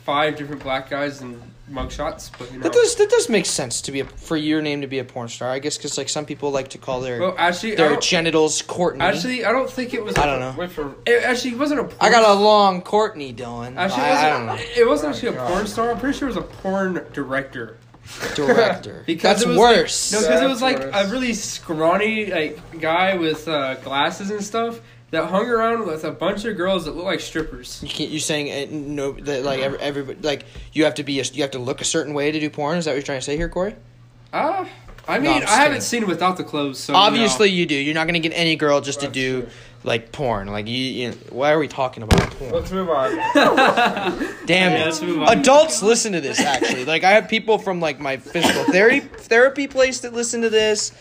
[SPEAKER 4] five different black guys in mugshots. But you know,
[SPEAKER 2] that does that does make sense to be a, for your name to be a porn star. I guess because like some people like to call their
[SPEAKER 4] well, actually, I
[SPEAKER 2] their
[SPEAKER 4] don't,
[SPEAKER 2] genitals Courtney.
[SPEAKER 4] actually, I don't think it was.
[SPEAKER 2] I don't know.
[SPEAKER 3] Wait for.
[SPEAKER 4] It actually wasn't a porn
[SPEAKER 2] I got a long Courtney, Dylan.
[SPEAKER 4] Actually, it
[SPEAKER 2] I, I don't
[SPEAKER 4] wasn't,
[SPEAKER 2] know.
[SPEAKER 4] it wasn't actually a porn star. I'm pretty sure it was a porn director.
[SPEAKER 2] Director.
[SPEAKER 4] Because
[SPEAKER 2] That's
[SPEAKER 4] it was
[SPEAKER 2] worse.
[SPEAKER 4] No, because it
[SPEAKER 3] That's
[SPEAKER 4] was like
[SPEAKER 3] worse.
[SPEAKER 4] a really scrawny like guy with uh, glasses and stuff that hung around with a bunch of girls that looked like strippers.
[SPEAKER 2] You can't, you're saying uh, no that like every, everybody like you have to be a, you have to look a certain way to do porn. Is that what you're trying to say here, Corey?
[SPEAKER 4] Ah, I
[SPEAKER 2] No,
[SPEAKER 4] mean,
[SPEAKER 2] I'm
[SPEAKER 4] I
[SPEAKER 2] just
[SPEAKER 4] haven't
[SPEAKER 2] kidding.
[SPEAKER 4] seen it without the clothes. So you know.
[SPEAKER 2] Obviously, you do. You're not gonna get any girl just to
[SPEAKER 3] That's
[SPEAKER 2] do
[SPEAKER 3] true.
[SPEAKER 2] like porn. Like you, you why are we talking about porn?
[SPEAKER 3] Let's move on.
[SPEAKER 2] Damn
[SPEAKER 4] Yeah,
[SPEAKER 2] it!
[SPEAKER 4] let's move on.
[SPEAKER 2] Adults listen to this actually. Like I have people from like my physical therapy therapy place that listen to this.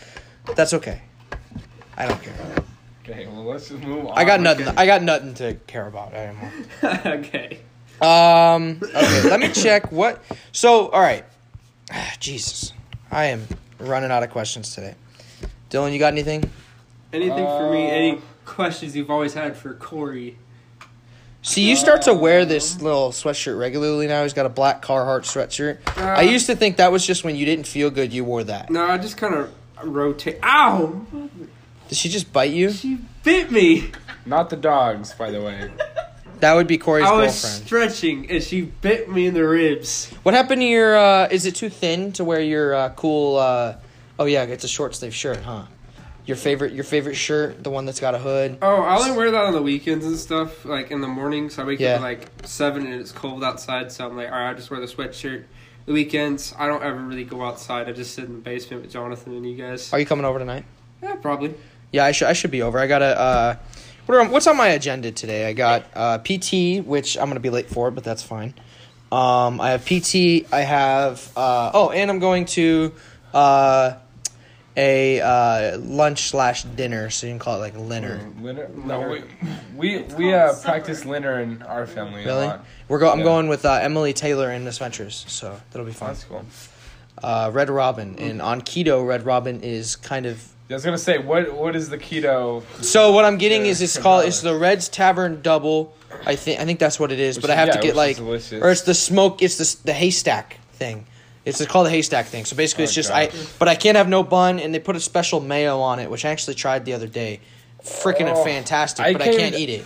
[SPEAKER 2] That's okay. I don't care.
[SPEAKER 3] Okay. Well, let's just move on.
[SPEAKER 2] I got nothing. I got nothing to care about anymore.
[SPEAKER 4] okay.
[SPEAKER 2] Um. Okay. let me check what. So, all right. Jesus, I am running out of questions today. Dylan, you got anything?
[SPEAKER 4] Anything for me?
[SPEAKER 3] Uh,
[SPEAKER 4] Any questions you've always had for Corey?
[SPEAKER 2] See, you start to wear this little sweatshirt regularly now. He's got a black Carhartt sweatshirt. I
[SPEAKER 4] Uh,
[SPEAKER 2] used to think that was just when you didn't feel good, you wore that.
[SPEAKER 4] No, I just kind of rotate. Ow!
[SPEAKER 2] Did she just bite you?
[SPEAKER 4] She bit me.
[SPEAKER 3] Not the dogs, by the way.
[SPEAKER 2] That would be Corey's
[SPEAKER 4] I
[SPEAKER 2] girlfriend.
[SPEAKER 4] was stretching and she bit me in the ribs.
[SPEAKER 2] What happened to your? Uh, is it too thin to wear your uh, cool? Uh, oh yeah, it's a short sleeve shirt, huh? Your favorite, your favorite shirt, the one that's got a hood.
[SPEAKER 4] Oh, I only wear that on the weekends and stuff. Like in the morning, so I wake
[SPEAKER 2] Yeah.
[SPEAKER 4] up at like seven and it's cold outside. So I'm like, all right, I just wear the sweatshirt. The weekends, I don't ever really go outside. I just sit in the basement with Jonathan and you guys.
[SPEAKER 2] Are you coming over tonight?
[SPEAKER 4] Yeah, probably.
[SPEAKER 2] Yeah, I should I should be over. I got to uh, what are, what's on my agenda today? I got uh, PT, which I'm gonna be late for, but that's fine. Um, I have PT. I have uh, oh, and I'm going to uh, a uh, lunch slash dinner, so you can call it like dinner.
[SPEAKER 3] Liner. No, we we, we uh, practice liner in our family
[SPEAKER 2] Really?
[SPEAKER 3] a lot.
[SPEAKER 2] We're go- I'm
[SPEAKER 3] Mm-hmm. Yeah.
[SPEAKER 2] going with uh, Emily Taylor and Miss Ventures, so that'll be fun.
[SPEAKER 3] That's Mm-hmm. cool.
[SPEAKER 2] Uh, Red Robin and on keto, Red Robin is kind of
[SPEAKER 3] I was gonna say, what what is the keto?
[SPEAKER 2] So what I'm getting is it's
[SPEAKER 3] Yeah,
[SPEAKER 2] called
[SPEAKER 3] $10.
[SPEAKER 2] it's the Reds Tavern Double. I think I think that's what it is,
[SPEAKER 3] Which
[SPEAKER 2] but I
[SPEAKER 3] is-
[SPEAKER 2] have
[SPEAKER 3] yeah,
[SPEAKER 2] to get
[SPEAKER 3] which
[SPEAKER 2] like
[SPEAKER 3] is delicious.
[SPEAKER 2] or it's the smoke. It's the s- the haystack thing. It's called the haystack thing. So basically,
[SPEAKER 3] Oh,
[SPEAKER 2] it's just
[SPEAKER 3] God.
[SPEAKER 2] I but I can't have no bun, and they put a special mayo on it, which I actually tried the other day. Freaking
[SPEAKER 3] Oh,
[SPEAKER 2] fantastic,
[SPEAKER 3] I
[SPEAKER 2] but I
[SPEAKER 3] can't
[SPEAKER 2] can't
[SPEAKER 3] even-
[SPEAKER 2] eat it.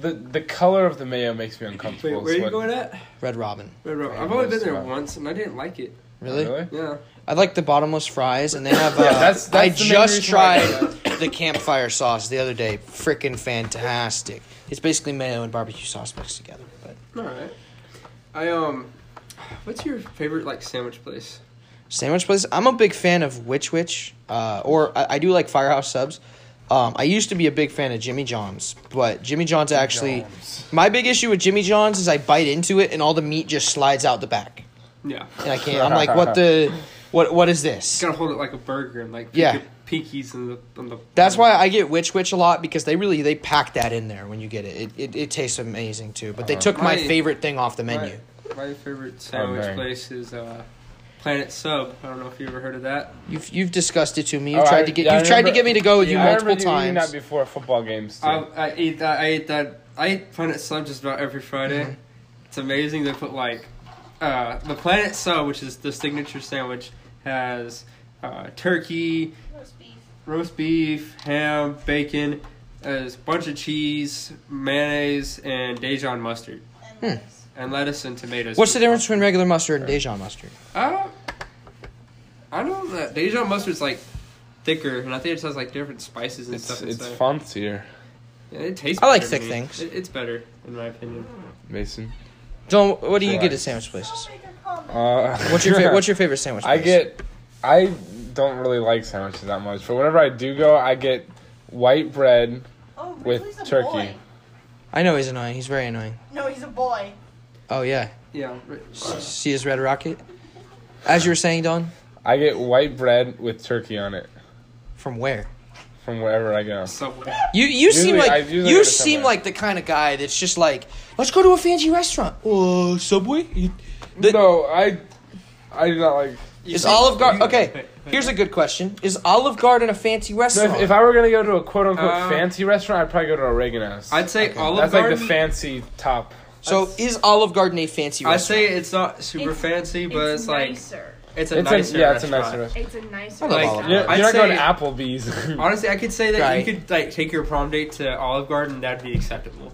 [SPEAKER 3] The the color of the mayo makes me
[SPEAKER 4] Wait,
[SPEAKER 3] uncomfortable.
[SPEAKER 4] where
[SPEAKER 3] is
[SPEAKER 4] are you
[SPEAKER 3] what-
[SPEAKER 4] going at?
[SPEAKER 2] Red Robin,
[SPEAKER 4] Wait, bro,
[SPEAKER 3] I'm
[SPEAKER 4] I've only been
[SPEAKER 3] nervous
[SPEAKER 4] there
[SPEAKER 3] about it.
[SPEAKER 4] once and I didn't like it.
[SPEAKER 2] really?
[SPEAKER 3] Really?
[SPEAKER 4] Yeah.
[SPEAKER 2] I like the bottomless fries, and they have. Uh,
[SPEAKER 3] that's- that's
[SPEAKER 2] I
[SPEAKER 3] the main
[SPEAKER 2] just
[SPEAKER 3] reason why I
[SPEAKER 2] tried the campfire sauce the other day. Freaking fantastic! It's basically mayo and barbecue sauce mixed together, but.
[SPEAKER 4] All right. I um, what's your favorite like sandwich place?
[SPEAKER 2] Sandwich place. I'm a big fan of Witch Witch, uh, or I, I do like Firehouse subs. Um, I used to be a big fan of Jimmy John's, but Jimmy John's actually
[SPEAKER 3] John's.
[SPEAKER 2] my big issue with Jimmy John's is I bite into it and all the meat just slides out the back,
[SPEAKER 4] Yeah.
[SPEAKER 2] and I can't. I'm like, what the, what what is this?
[SPEAKER 4] You gotta hold it like a burger and like
[SPEAKER 2] Yeah.
[SPEAKER 4] yeah. pinkies in the on the.
[SPEAKER 2] That's why I get Witch Witch a lot because they really they pack that in there when you get it. It it, it tastes amazing too. But
[SPEAKER 3] Uh,
[SPEAKER 2] they took my
[SPEAKER 4] My-
[SPEAKER 2] favorite thing off the menu.
[SPEAKER 4] My, my favorite sandwich
[SPEAKER 3] man.
[SPEAKER 4] place is uh, Planet Sub. I don't know if you ever heard of that.
[SPEAKER 2] You've you've discussed it to me.
[SPEAKER 3] Oh,
[SPEAKER 2] You've
[SPEAKER 3] I-
[SPEAKER 2] tried to get
[SPEAKER 3] yeah, I
[SPEAKER 2] you've tried to
[SPEAKER 3] remember-
[SPEAKER 2] get me to go with
[SPEAKER 3] Yeah,
[SPEAKER 2] you multiple
[SPEAKER 3] I remember you eating
[SPEAKER 2] times.
[SPEAKER 3] that before football games. Too.
[SPEAKER 4] I, I ate that. I ate that. I eat Planet Sub just about every Friday. It's amazing. They put like uh, the Planet Sub, which is the signature sandwich, has uh, turkey,
[SPEAKER 1] Roast beef.
[SPEAKER 4] roast beef, ham, bacon, as bunch of cheese, mayonnaise, and Dijon mustard,
[SPEAKER 1] And lettuce.
[SPEAKER 4] and lettuce and tomatoes.
[SPEAKER 2] What's the difference between regular mustard and Dijon mustard?
[SPEAKER 4] Uh, I know that Dijon mustard's like thicker, and I think it has like different spices and
[SPEAKER 3] it's
[SPEAKER 4] stuff.
[SPEAKER 3] it's
[SPEAKER 4] inside.
[SPEAKER 3] fancier,
[SPEAKER 4] Yeah, It tastes.
[SPEAKER 2] I like
[SPEAKER 4] better to
[SPEAKER 2] thick
[SPEAKER 4] me.
[SPEAKER 2] things.
[SPEAKER 4] It, it's better, in my opinion.
[SPEAKER 3] Mason.
[SPEAKER 2] Dylan, what do you
[SPEAKER 3] Right.
[SPEAKER 2] get at sandwich places?
[SPEAKER 1] Bigger
[SPEAKER 3] Uh,
[SPEAKER 2] What's your fa- What's your favorite sandwich?
[SPEAKER 3] I
[SPEAKER 2] place?
[SPEAKER 3] get. I don't really like sandwiches that much, but whenever I do go, I get white bread
[SPEAKER 5] Oh,
[SPEAKER 3] with
[SPEAKER 5] Wrigley's a
[SPEAKER 3] turkey.
[SPEAKER 5] boy.
[SPEAKER 2] I know he's annoying. He's very annoying.
[SPEAKER 5] No, he's a boy.
[SPEAKER 2] Oh yeah.
[SPEAKER 4] Yeah. right.
[SPEAKER 2] See his red rocket. As you were saying, Don,
[SPEAKER 3] I get white bread with turkey on it
[SPEAKER 2] from where?
[SPEAKER 3] from wherever I go.
[SPEAKER 4] Subway.
[SPEAKER 2] You you seem
[SPEAKER 3] Usually- I
[SPEAKER 2] like
[SPEAKER 3] usually
[SPEAKER 2] you
[SPEAKER 3] go to
[SPEAKER 2] seem
[SPEAKER 3] Subway.
[SPEAKER 2] like the kind of guy that's just like, let's go to a fancy restaurant.
[SPEAKER 3] Uh,
[SPEAKER 2] Oh, Subway. You- the-
[SPEAKER 3] no, I. I do not like.
[SPEAKER 2] Is Olive Garden okay? Here's a good question: Is Olive Garden a fancy
[SPEAKER 3] No,
[SPEAKER 2] restaurant?
[SPEAKER 3] if, if I were gonna go to a quote unquote
[SPEAKER 4] Uh,
[SPEAKER 3] fancy restaurant, I'd probably go to Oregano's.
[SPEAKER 4] I'd say Olive
[SPEAKER 3] That's
[SPEAKER 4] Garden.
[SPEAKER 3] like the fancy top.
[SPEAKER 2] so, is Olive Garden a fancy
[SPEAKER 4] I'd
[SPEAKER 2] restaurant?
[SPEAKER 4] say it's not super
[SPEAKER 1] It's-
[SPEAKER 4] fancy, but it's, like
[SPEAKER 1] nicer.
[SPEAKER 4] it's a
[SPEAKER 3] It's a,
[SPEAKER 4] nicer.
[SPEAKER 3] yeah, it's a
[SPEAKER 4] restaurant.
[SPEAKER 3] nicer restaurant.
[SPEAKER 1] It's a nicer.
[SPEAKER 2] I love
[SPEAKER 1] restaurant.
[SPEAKER 2] Olive
[SPEAKER 3] You're, you're
[SPEAKER 4] I'd
[SPEAKER 3] not going to
[SPEAKER 4] say-
[SPEAKER 3] Applebee's.
[SPEAKER 4] Honestly, I could say that
[SPEAKER 2] Right.
[SPEAKER 4] you could like take your prom date to Olive Garden. That'd be acceptable.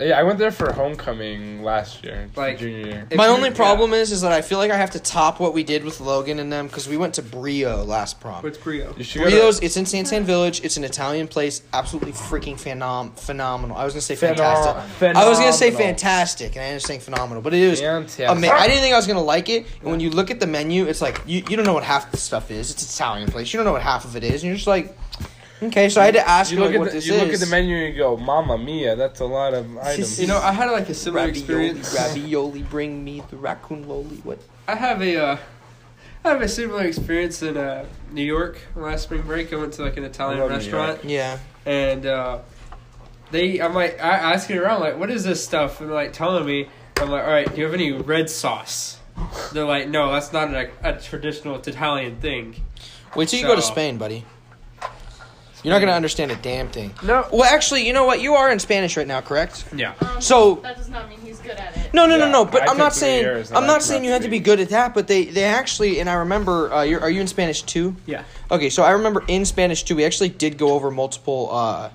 [SPEAKER 3] yeah, I went there for homecoming last year,
[SPEAKER 4] Like-
[SPEAKER 3] junior year.
[SPEAKER 4] If
[SPEAKER 2] My
[SPEAKER 4] you-
[SPEAKER 2] only
[SPEAKER 4] yeah.
[SPEAKER 2] problem is, is that I feel like I have to top what we did with Logan and them because we went to Brio last prom.
[SPEAKER 4] What's Brio?
[SPEAKER 3] You should go to-
[SPEAKER 2] Brio's, it's in San San Village. It's an Italian place. Absolutely freaking phenom- phenomenal. I was gonna say
[SPEAKER 3] Phenom-
[SPEAKER 2] fantastic. I was gonna say
[SPEAKER 3] phenomenal.
[SPEAKER 2] fantastic, and I ended up saying phenomenal, but it is.
[SPEAKER 3] Fantastic.
[SPEAKER 2] Ama- I didn't think I was gonna like it. And when you look at the menu, it's like you, you don't know what half the stuff is. It's an Italian place. You don't know what half of it is, and you're just like, okay. So I had to ask
[SPEAKER 3] You
[SPEAKER 2] you,
[SPEAKER 3] look
[SPEAKER 2] like,
[SPEAKER 3] at
[SPEAKER 2] what
[SPEAKER 3] the,
[SPEAKER 2] this
[SPEAKER 3] you
[SPEAKER 2] is.
[SPEAKER 3] look at the menu and you go, "Mamma mia, that's a lot of items."
[SPEAKER 4] You know, I had like a similar
[SPEAKER 2] Ravioli,
[SPEAKER 4] experience.
[SPEAKER 2] ravioli, bring me the raccoon loli. What?
[SPEAKER 4] I have a, uh, I have a similar experience in uh, New York last spring break. I went to like an Italian
[SPEAKER 3] love New
[SPEAKER 4] restaurant,
[SPEAKER 2] Yeah.
[SPEAKER 4] and uh, they, I'm like, I asking around like, what is this stuff? And they're, like telling me, I'm like, all right, do you have any red sauce? They're like, no, that's not a, a traditional Italian thing.
[SPEAKER 2] Wait till you go to
[SPEAKER 4] So-
[SPEAKER 2] Spain, buddy. You're not gonna understand a damn thing.
[SPEAKER 4] No.
[SPEAKER 2] Well, actually, you know what? You are in Spanish right now, correct?
[SPEAKER 4] Yeah.
[SPEAKER 1] Um,
[SPEAKER 2] So-
[SPEAKER 1] that does not mean he's good at it.
[SPEAKER 2] No, no, no,
[SPEAKER 3] Yeah,
[SPEAKER 2] no. But
[SPEAKER 3] I
[SPEAKER 2] I am
[SPEAKER 3] took
[SPEAKER 2] not
[SPEAKER 3] three
[SPEAKER 2] saying
[SPEAKER 3] years and
[SPEAKER 2] I'm
[SPEAKER 3] I
[SPEAKER 2] not
[SPEAKER 3] cannot
[SPEAKER 2] saying you had to be
[SPEAKER 3] speak.
[SPEAKER 2] good at that. But they they actually, and I remember, uh, you're, are you in Spanish too?
[SPEAKER 4] Yeah.
[SPEAKER 2] Okay, so I remember in Spanish too. We actually did go over multiple, uh,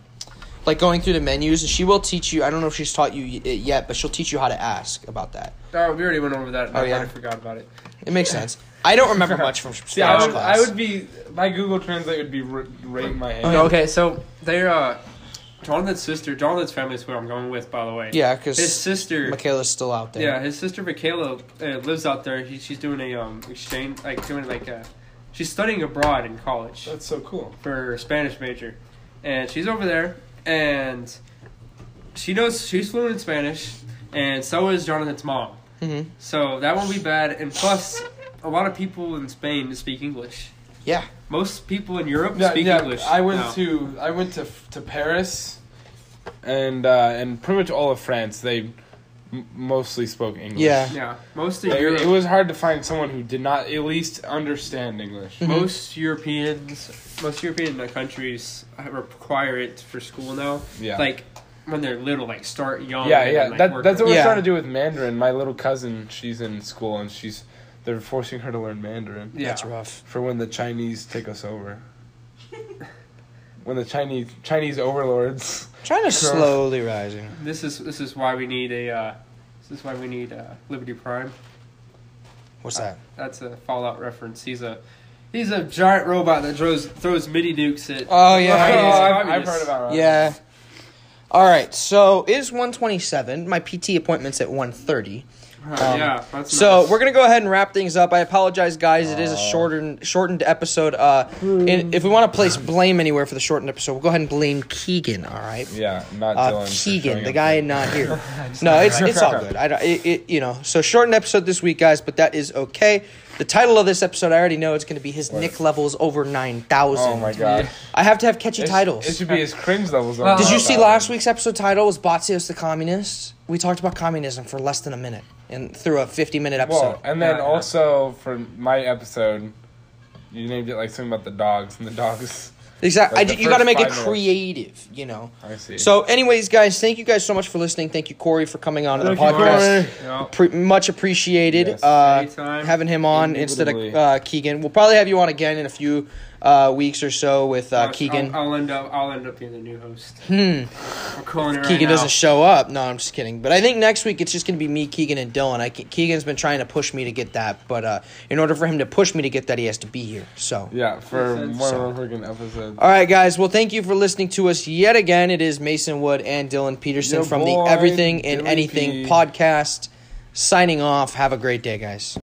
[SPEAKER 2] like going through the menus, and she will teach you. I don't know if she's taught you y- it yet, but she'll teach you how to ask about that.
[SPEAKER 4] Oh, we already went over that.
[SPEAKER 2] Oh,
[SPEAKER 4] I
[SPEAKER 2] yeah.
[SPEAKER 4] yeah. forgot about it.
[SPEAKER 2] It makes sense. I don't remember much from Spanish
[SPEAKER 3] See, I would,
[SPEAKER 2] class.
[SPEAKER 3] I would be my Google Translate would be r- right in my
[SPEAKER 4] Oh,
[SPEAKER 3] hand.
[SPEAKER 2] Oh, yeah.
[SPEAKER 4] Okay, so they're uh, Jonathan's sister. Jonathan's family is who I'm going with, by the way.
[SPEAKER 2] yeah,
[SPEAKER 4] His
[SPEAKER 2] because
[SPEAKER 4] sister.
[SPEAKER 2] Michaela's still out there.
[SPEAKER 4] Yeah, his sister Michaela uh, lives out there. He, she's doing a um exchange, like doing like a, she's studying abroad in college
[SPEAKER 3] that's so cool.
[SPEAKER 4] for her Spanish major, and she's over there, and she knows she's fluent in Spanish, and so is Jonathan's mom.
[SPEAKER 2] hmm
[SPEAKER 4] So that won't be bad. And plus, a lot of people in Spain speak English.
[SPEAKER 2] Yeah.
[SPEAKER 4] Most people in Europe
[SPEAKER 3] Yeah,
[SPEAKER 4] speak
[SPEAKER 3] yeah,
[SPEAKER 4] English.
[SPEAKER 3] I went
[SPEAKER 4] now.
[SPEAKER 3] to I went to to Paris, and uh, and pretty much all of France they m- mostly spoke English.
[SPEAKER 2] Yeah.
[SPEAKER 4] yeah most of
[SPEAKER 3] Like,
[SPEAKER 4] Europe.
[SPEAKER 3] it was hard to find someone who did not at least understand English.
[SPEAKER 4] most Europeans, most European countries require it for school now.
[SPEAKER 3] Yeah.
[SPEAKER 4] Like when they're little, like start young.
[SPEAKER 3] yeah,
[SPEAKER 4] and,
[SPEAKER 3] yeah.
[SPEAKER 4] like,
[SPEAKER 3] That,
[SPEAKER 4] work
[SPEAKER 3] that's what
[SPEAKER 4] with
[SPEAKER 2] Yeah.
[SPEAKER 3] we're trying to do with Mandarin. My little cousin, she's in school and she's they're forcing her to learn Mandarin
[SPEAKER 4] it. Yeah.
[SPEAKER 2] That's rough.
[SPEAKER 3] for when the Chinese take us over. when the Chinese Chinese overlords.
[SPEAKER 2] China's
[SPEAKER 3] Sure.
[SPEAKER 2] slowly rising.
[SPEAKER 4] This is this is why we need a. Uh, this is why we need uh, Liberty Prime.
[SPEAKER 2] What's
[SPEAKER 3] Uh,
[SPEAKER 2] that?
[SPEAKER 4] That's a Fallout reference. He's a. He's a giant robot that throws throws mini nukes at.
[SPEAKER 2] Oh
[SPEAKER 3] Oh,
[SPEAKER 2] yeah. yeah.
[SPEAKER 3] I've, I've
[SPEAKER 4] communists.
[SPEAKER 3] heard about that.
[SPEAKER 2] Yeah. All right. So it is 127. My PT appointment's at 1:30.
[SPEAKER 3] Um,
[SPEAKER 4] Uh, yeah, that's
[SPEAKER 2] So
[SPEAKER 4] nice.
[SPEAKER 2] we're gonna go ahead and wrap things up. I apologize, guys. It is a
[SPEAKER 3] Oh.
[SPEAKER 2] shortened shortened episode. Uh, and if we want to place blame anywhere for the shortened episode, we'll go ahead and blame Keegan. All right.
[SPEAKER 3] Yeah, not
[SPEAKER 2] Uh,
[SPEAKER 3] Dylan. for
[SPEAKER 2] Keegan,
[SPEAKER 3] showing
[SPEAKER 2] the
[SPEAKER 3] up
[SPEAKER 2] guy
[SPEAKER 3] late.
[SPEAKER 2] not here. no, it's it's all good. I don't, it, it, you know. So shortened episode this week, guys, but that is okay. The title of this episode, I already know it's gonna be his
[SPEAKER 3] What?
[SPEAKER 2] Nick levels over nine thousand.
[SPEAKER 3] Oh my god.
[SPEAKER 2] I have to have catchy
[SPEAKER 3] It-
[SPEAKER 2] titles.
[SPEAKER 3] It should be his cringe levels.
[SPEAKER 4] Well,
[SPEAKER 2] Did
[SPEAKER 4] Oh,
[SPEAKER 2] you
[SPEAKER 4] that
[SPEAKER 2] see last week's episode title was Botsios the Communist? We talked about communism for less than a minute and through a 50 minute episode.
[SPEAKER 3] Well, and then
[SPEAKER 4] Yeah, yeah.
[SPEAKER 3] also for my episode, you named it like something about the dogs and the dogs.
[SPEAKER 2] exactly.
[SPEAKER 3] like the
[SPEAKER 2] you got to
[SPEAKER 3] first
[SPEAKER 2] make it
[SPEAKER 3] five minutes.
[SPEAKER 2] creative, you know.
[SPEAKER 3] I see.
[SPEAKER 2] So, anyways, guys, thank you guys so much for listening. Thank you, Corey, for coming on to the
[SPEAKER 3] Thank you,
[SPEAKER 2] podcast.
[SPEAKER 3] Corey.
[SPEAKER 4] Yeah.
[SPEAKER 2] Pre- much appreciated.
[SPEAKER 3] Yes.
[SPEAKER 2] Uh,
[SPEAKER 4] Anytime.
[SPEAKER 2] having him on instead of
[SPEAKER 3] Indubitably.
[SPEAKER 2] uh, Keegan. We'll probably have you on again in a few uh, weeks or so with uh,
[SPEAKER 4] I'll-
[SPEAKER 2] Keegan.
[SPEAKER 4] I'll, I'll end up. I'll end up being the new host.
[SPEAKER 2] hmm.
[SPEAKER 4] I'm calling it right
[SPEAKER 2] Keegan
[SPEAKER 4] now.
[SPEAKER 2] doesn't show up. No, I'm just kidding. But I think next week it's just going to be me, Keegan, and Dylan. I ke- Keegan's been trying to push me to get that, but uh, in order for him to push me to get that, he has to be here. So.
[SPEAKER 3] yeah, for
[SPEAKER 4] Makes sense.
[SPEAKER 3] one of our freaking episodes.
[SPEAKER 2] All right, guys. Well, thank you for listening to us yet again. It is Mason Wood and Dylan Peterson
[SPEAKER 3] Your
[SPEAKER 2] from
[SPEAKER 3] boy,
[SPEAKER 2] the Everything and
[SPEAKER 3] Dylan
[SPEAKER 2] Anything
[SPEAKER 3] P.
[SPEAKER 2] podcast signing off. Have a great day, guys.